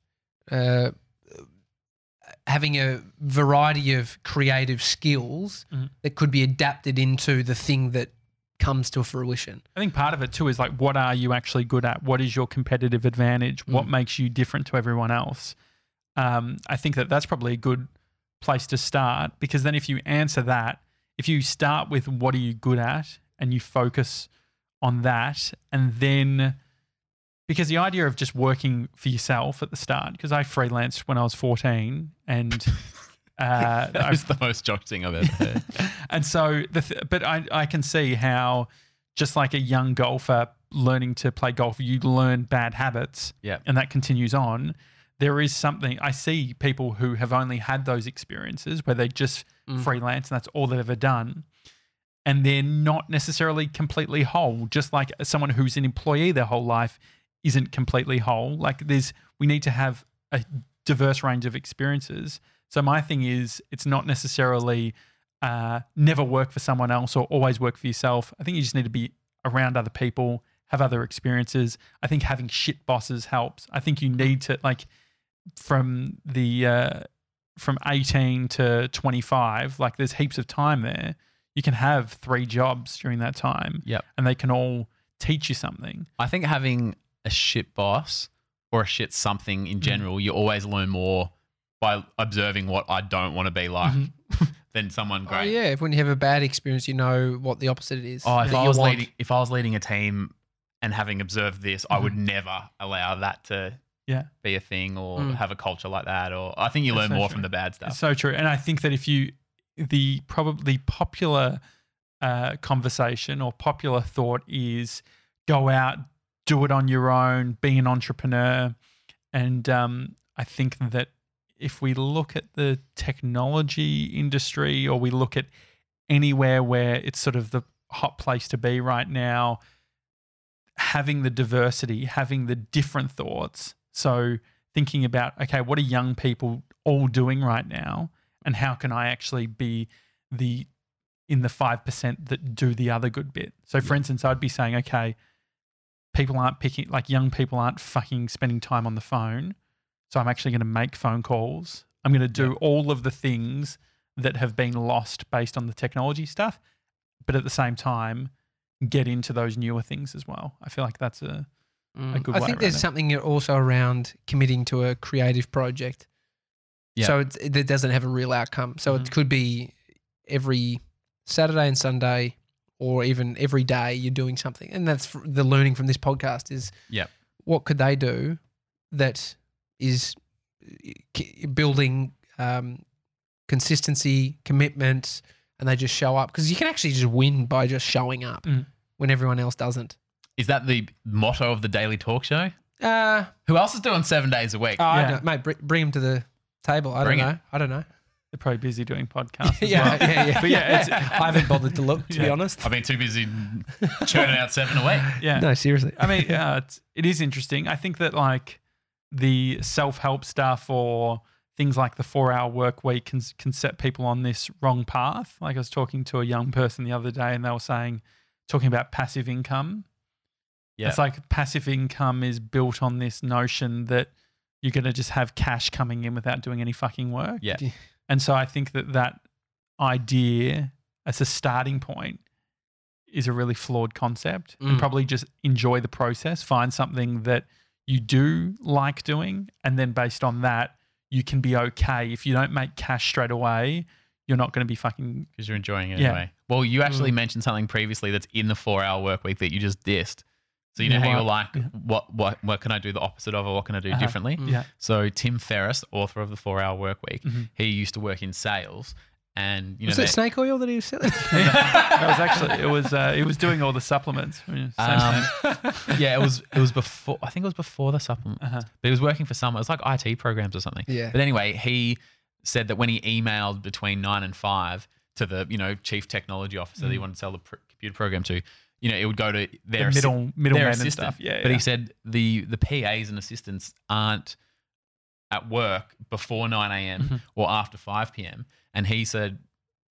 uh, having a variety of creative skills
Mm-hmm.
Mhm.
that could be adapted into the thing that comes to fruition.
I think part of it too is like, what are you actually good at? What is your competitive advantage? What makes you different to everyone else? Um, I think that that's probably a good place to start because then if you answer that, if you start with what are you good at and you focus on that, and then because the idea of just working for yourself at the start, because I freelanced when I was 14 and. Uh,
That
I-
was the most shocked thing I've ever heard.
and so, the th- but I, I can see how just like a young golfer learning to play golf, you learn bad habits
Yeah.
and that continues on. There is something I see people who have only had those experiences where they just freelance and that's all they've ever done. And they're not necessarily completely whole, just like someone who's an employee their whole life isn't completely whole. Like there's, we need to have a diverse range of experiences. So my thing is, it's not necessarily uh, never work for someone else or always work for yourself. I think you just need to be around other people, have other experiences. I think having shit bosses helps. I think you need to like from the uh, from eighteen to twenty five. Like there's heaps of time there. You can have three jobs during that time,
Yep.
and they can all teach you something.
I think having a shit boss or a shit something in general, you always learn more by observing what I don't want to be like than someone great.
Oh yeah, if when you have a bad experience, you know what the opposite is.
Oh, if
that
I
you
was
want.
leading, if I was leading a team and having observed this, I would never allow that to
Mm-hmm. Yeah.
be a thing or
Mm.
have a culture like that. Or I think you
That's
learn
so
more
true.
from the bad
It's
stuff.
so true. And I think that if you, the probably popular uh, conversation or popular thought is go out, do it on your own, be an entrepreneur. And um, I think that if we look at the technology industry or we look at anywhere where it's sort of the hot place to be right now, having the diversity, having the different thoughts. So thinking about, okay, what are young people all doing right now? And how can I actually be the in the 5% that do the other good bit? So for instance, I'd be saying, okay, people aren't picking like young people aren't fucking spending time on the phone. So I'm actually going to make phone calls. I'm going to do all of the things that have been lost based on the technology stuff, but at the same time, get into those newer things as well. I feel like that's a
Mm.
a good
I
way
think
around
there's
it.
something also around committing to a creative project.
Yeah.
So it's, it doesn't have a real outcome. So
Mhm.
it could be every Saturday and Sunday, or even every day you're doing something. And that's fr- the learning from this podcast is
Yep.
what could they do that is uh, c- building um, consistency, commitment, and they just show up because you can actually just win by just showing up
Mm.
when everyone else doesn't.
Is that the motto of the daily talk show?
Uh,
Who else is doing seven days a week?
Oh, I
Yeah.
don't, mate, br- bring him to the table. I
Bring it.
don't know. I don't know.
they're probably busy doing podcasts. as
yeah,
well.
yeah, yeah.
But yeah, it's,
I haven't bothered to look, to
Yeah.
be honest.
I've been too busy churning out seven a week.
yeah.
No, seriously.
I mean, yeah, it's, it is interesting. I think that like the self help stuff or things like the four hour work week can can set people on this wrong path. Like I was talking to a young person the other day, and they were saying talking about passive income.
Yeah.
It's like passive income is built on this notion that you're going to just have cash coming in without doing any fucking work.
Yeah.
Yeah.
And so I think that that idea as a starting point is a really flawed concept and
Mm.
probably just enjoy the process, find something that you do like doing and then based on that you can be okay if you don't make cash straight away, you're not going to be fucking
because you're enjoying it
Yeah. Mm.
anyway. Well, you actually mentioned something previously that's in the four hour work week that you just dissed. So you know
Yeah.
how you're
Right.
like,
Yeah.
what what what can I do the opposite of, or what can I do
Uh-huh.
differently?
Mm.
yeah
So Tim Ferriss, author of the Four Hour Work Week,
Mhm.
he used to work in sales, and you know
Was
they-
it snake oil that he was selling?
that was actually it was uh, it was doing all the supplements. Same
Um,
thing.
yeah, it was it was before I think it was before the supplement,
Uh-huh.
but he was working for some. It was like IT programs or something.
yeah.
But anyway, he said that when he emailed between nine and five to the you know chief technology officer that he wanted to sell the pr- computer program to, you know, it would go to
Mm. The
their assi-
middle middleman
their
and
assistant.
stuff. Yeah,
but
yeah.
he said the the PAs and assistants aren't at work before nine a.m.
Mhm.
or after five p.m. And he said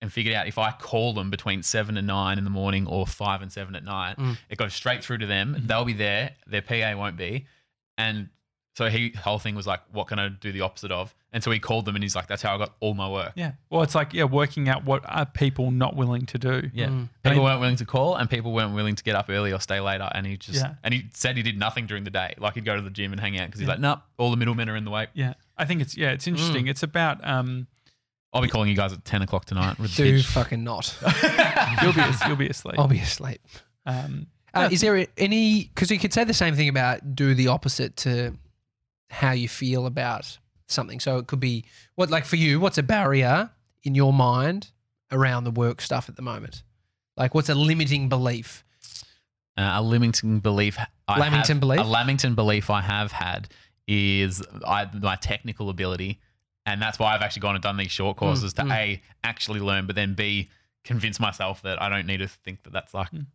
and figured out if I call them between seven and nine in the morning or five and seven at night,
Mm.
it goes straight through to them.
Mhm.
They'll be there. Their PA won't be. And so he whole thing was like, what can I do the opposite of? And so he called them and he's like, that's how I got all my work.
yeah. Well, it's like yeah, working out what are people not willing to do.
Yeah.
Mm.
People weren't willing to call and people weren't willing to get up early or stay later. And he just,
Yeah.
and he said he did nothing during the day. Like he'd go to the gym and hang out because he's
Yeah.
like, nope, all the middlemen are in the way.
Yeah, I think it's yeah, it's
Mm.
interesting. It's about um,
I'll be calling you guys at 10 o'clock tonight. With the
Do
pitch."
fucking not.
you'll be you'll be asleep.
Oh.
I'll be asleep.
Um,
Uh, is there any? Because you could say the same thing about do the opposite to how you feel about something. So it could be what, like for you, what's a barrier in your mind around the work stuff at the moment? Like, what's a limiting belief?
Uh, a Lamington belief. I
Lamington
have,
belief?
A Lamington belief I have had is I, my technical ability, and that's why I've actually gone and done these short courses to
mm.
a actually learn, but then b convince myself that I don't need to think that that's
Hmm.
like
Mm.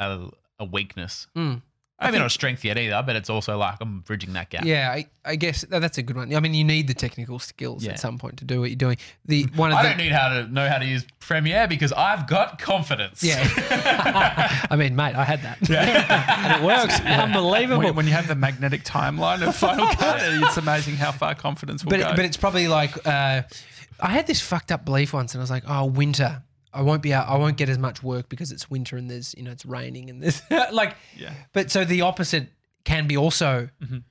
a, a weakness.
Mm.
I Maybe not a strength yet either, but it's also like I'm bridging that gap.
Yeah, I, I guess tha- that's a good one. I mean, you need the technical skills
Yeah.
at some point to do what you're doing. The one of
I
the,
don't need how to know how to use Premiere because I've got confidence.
yeah. I mean, mate, I had that. and it works. Unbelievable.
when, when you have the magnetic timeline of Final Cut, it's amazing how far confidence will
but
go.
it, but it's probably like uh, I had this fucked up belief once, and I was like, oh, winter. I won't be out. I won't get as much work because it's winter and there's you know it's raining and there's like.
yeah,
But so the opposite can be also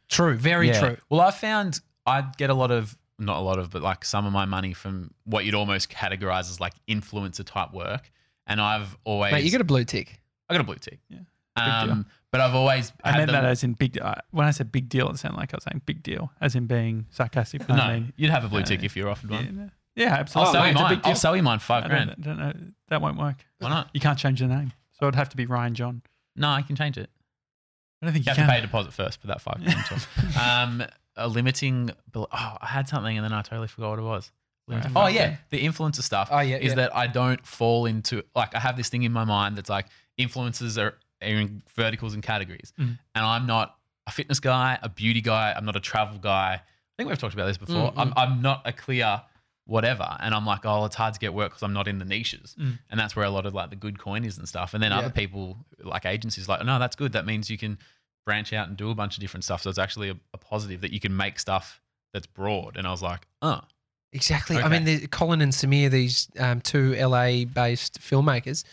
true. Very true.
Well, I found I get a lot of not a lot of, but like some of my money from what you'd almost categorize as like influencer type work, and I've always
Mate, you got a blue tick.
I got a blue tick.
Yeah. deal.
Um, but I've always
I
had
meant
the-
that as in big. I when I said big deal, it sounded like I was saying big deal, as in being sarcastic. but
no,
I mean,
you'd have a blue
Yeah.
tick if you were offered
yeah,
one.
no. yeah,
I'll
absolutely.
sell you
It's a
mine.
big deal.
I'll sell you mine for
I
five grand.
don't, don't know. That won't work.
Why not?
You can't change the name, so it'd have to be Ryan John.
No, I can change it.
I don't think
You
you,
have to pay a
can.
deposit first for that five grand. so. um, a limiting. bel- Oh, I had something and then I totally forgot what it was. Limiting-
Right.
Oh yeah, the influencer stuff.
Oh yeah.
is that I don't fall into like I have this thing in my mind that's like influences are, are in verticals and categories,
Mm-hmm.
Mm.
and I'm not a fitness guy, a beauty guy, I'm not a travel guy. I think we've talked about this before.
Mm,
I'm, I'm not a clear whatever, and I'm like, oh, it's hard to get work because I'm not in the niches,
Mm.
and that's where a lot of like the good coin is and stuff. And then
Yeah.
other people like agencies like, no, that's good. That means you can branch out and do a bunch of different stuff. So it's actually a, a positive that you can make stuff that's broad. And I was like, oh,
Exactly. I
Okay.
mean, the, Colin and Samir, these um, two LA-based filmmakers,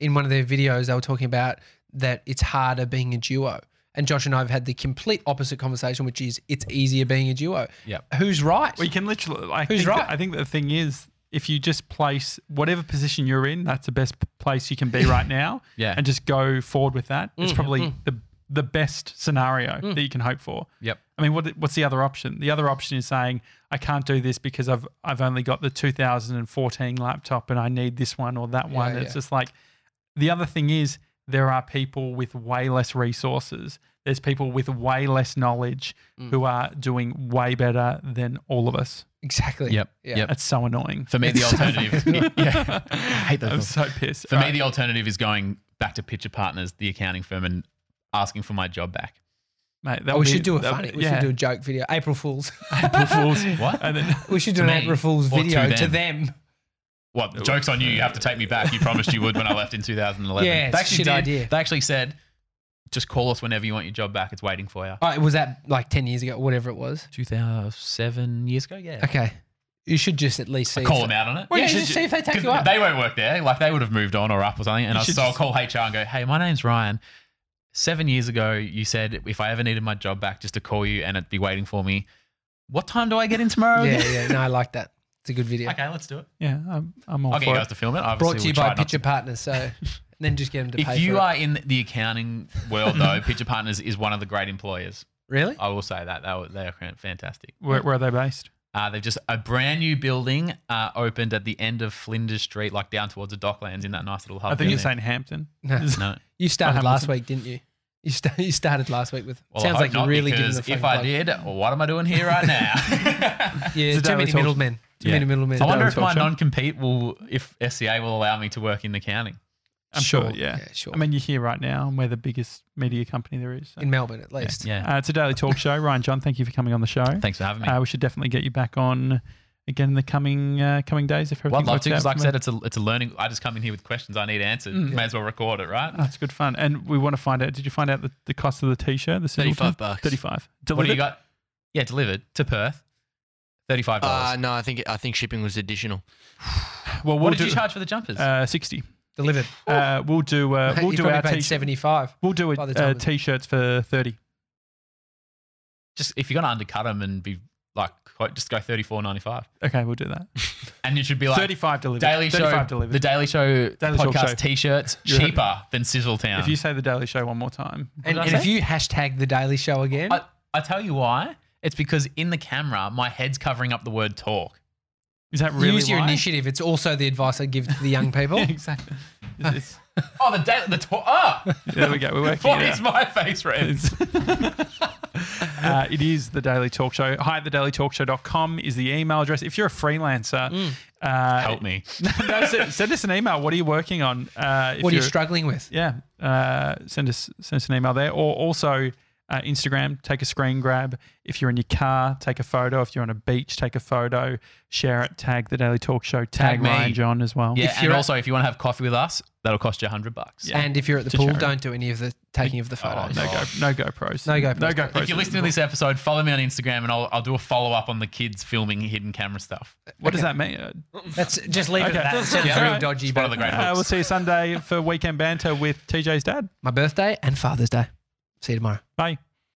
in one of their videos, they were talking about that it's harder being a duo. And Josh and I have had the complete opposite conversation, which is it's easier being a duo.
Yep.
Who's right?
Well, you can literally. I
Who's
think
right?
I think the thing is, if you just place whatever position you're in, that's the best p- place you can be right now,
yeah.
and just go forward with that. It's
Mm.
probably
Mm.
the the best scenario
Mm.
that you can hope for.
Yep.
I mean, what what's the other option? The other option is saying I can't do this because I've I've only got the 2014 laptop and I need this one or that
Yeah,
one. It's
yeah.
just like the other thing is there are people with way less resources. There's people with way less knowledge
Mm.
who are doing way better than all of us.
exactly. Oh,
Yep.
Yeah.
Yep.
That's so annoying.
For me, the alternative. yeah. I hate those.
I'm
thoughts.
so pissed.
For
All
me,
right.
the alternative is going back to Pitcher Partners, the accounting firm, and asking for my job back.
mate, that
Oh,
would
we
be-
should do a
that would
funny.
be-
We
yeah.
should do a joke video. April Fools.
April Fools.
What?
And then
we should do
To
an
me.
April Fools
Or to
video to
them.
them.
What? The joke's on you. You have to take me back. You promised you would when I left in 2011.
Yeah, it's a shit idea.
They actually said, just call us whenever you want your job back. It's waiting for you.
Oh, was that like ten years ago? Whatever it was.
2007 years ago? Yeah.
Okay. You should just at least see.
I call
if-
them out on it.
Well, you
Yeah,
should
just-
see if they take
'cause
you up.
They won't work there. Like they would have moved on or up or something. And
You
I,
should
so I'll
just-
call HR and go, "Hey, my name's Ryan. Seven years ago, you said if I ever needed my job back, just to call you and it'd be waiting for me. What time do I get in tomorrow?
Yeah,
again?"
yeah. No, I like that. It's a good video.
Okay, let's do it.
Yeah, I'm, I'm all
I'll get
for
you
it.
guys to film it. Obviously,
Brought to you
we'll try
by
not to-
Picture Partners. So and then just get them to pay
If you
for
are in the accounting world, though, Picture Partners is one of the great employers.
it. Really?
I will say that. They, were, they are fantastic.
Where, where are they based?
Uh, they've just a brand new building uh, opened at the end of Flinders Street, like down towards the Docklands in that nice little hub.
I think
down
it's
there.
St. Hampton.
No.
no.
You started
haven't
last
listened.
week, didn't you? You, sta- you started last week with.
Well,
sounds
I
like
hope
you
not,
really did.
because if I did, well, what am I doing here right now?
Yeah,
Today
too
we
many
talked-
middlemen. Too
Yeah.
many middlemen.
I wonder
we
if my
talked, Sean.
non-compete will, if SCA will allow me to work in accounting.
I'm sure. yeah.
sure.
I mean, you're here right now, and we're the biggest media company there is. so.
in Melbourne at least.
Yeah.
Uh, it's a daily talk show. Ryan John, thank you for coming on the show.
Thanks for having me.
Uh, we should definitely get you back on again in the coming uh, coming days if everything
well, I'd love
works
to because,
out.
like I said, it's a it's a learning. I just come in here with questions I need answered.
Mm.
May as well record it, right?
that's good fun. And we want to find out. Did you find out the, the cost of the t-shirt? The Singleton?
35 bucks.
Thirty-five.
what do you
Delivered?
got? Yeah, delivered to Perth, thirty-five
Uh,
dollars.
no, I think I think shipping was additional.
Well, we'll
what did
do,
you charge for the jumpers?
Uh, Sixty.
Delivered.
Uh, we'll do. Uh, we'll
you
do
probably
our
paid
t-shirt.
75.
We'll do it,
by the
uh,
time-
t-shirts for thirty.
just if you're gonna undercut them and be like, quite- just go thirty-four ninety-five,
Okay, we'll do that.
and you should be like
Thirty-five delivered.
Daily Show,
Thirty-five delivered.
the Daily Show
Daily Show
podcast
show.
T-shirts
You're right.
cheaper than Sizzletown.
if you say the Daily Show one more time,
And,
I
and if
say?
you hashtag The Daily Show again,
I, I tell you why. It's because in the camera, my head's covering up the word talk.
is that really
use your
why?
initiative. It's also the advice I give to the young people.
Yeah, exactly. It's-
Oh, the da- the talk. Oh,
it's- there we go. We're working.
what
it out.
is my face red?
uh, it is the Daily Talk Show. Hi, thedailytalkshow.com is the email address. If you're a freelancer,
Mm.
uh,
Help me.
no, send, send us an email. What are you working on? Uh, if
What are you
you're-
struggling with?
Yeah, uh, send us send us an email there, or also uh, Instagram. Take a screen grab. If you're in your car, take a photo. If you're on a beach, take a photo. Share it. Tag the Daily Talk Show. Tag,
Tag me.
Ryan John as well.
Yeah,
If
and
you're-
also if you want to have coffee with us, that'll cost you hundred bucks.
And if you're at the
To
pool,
charity.
don't do any of the taking
Oh,
of the photos.
No go, no GoPros.
No GoPros.
No GoPros.
If you're listening to this episode, follow me on Instagram, and I'll, I'll do a follow up on the kids filming hidden camera stuff.
what does that mean? Uh,
That's just leave it
Okay.
at that. It sounds
Yeah.
real dodgy,
It's
but
one of the great
Uh, we'll
hooks.
see you Sunday for weekend banter with TJ's dad.
my birthday and Father's Day. See you tomorrow.
Bye.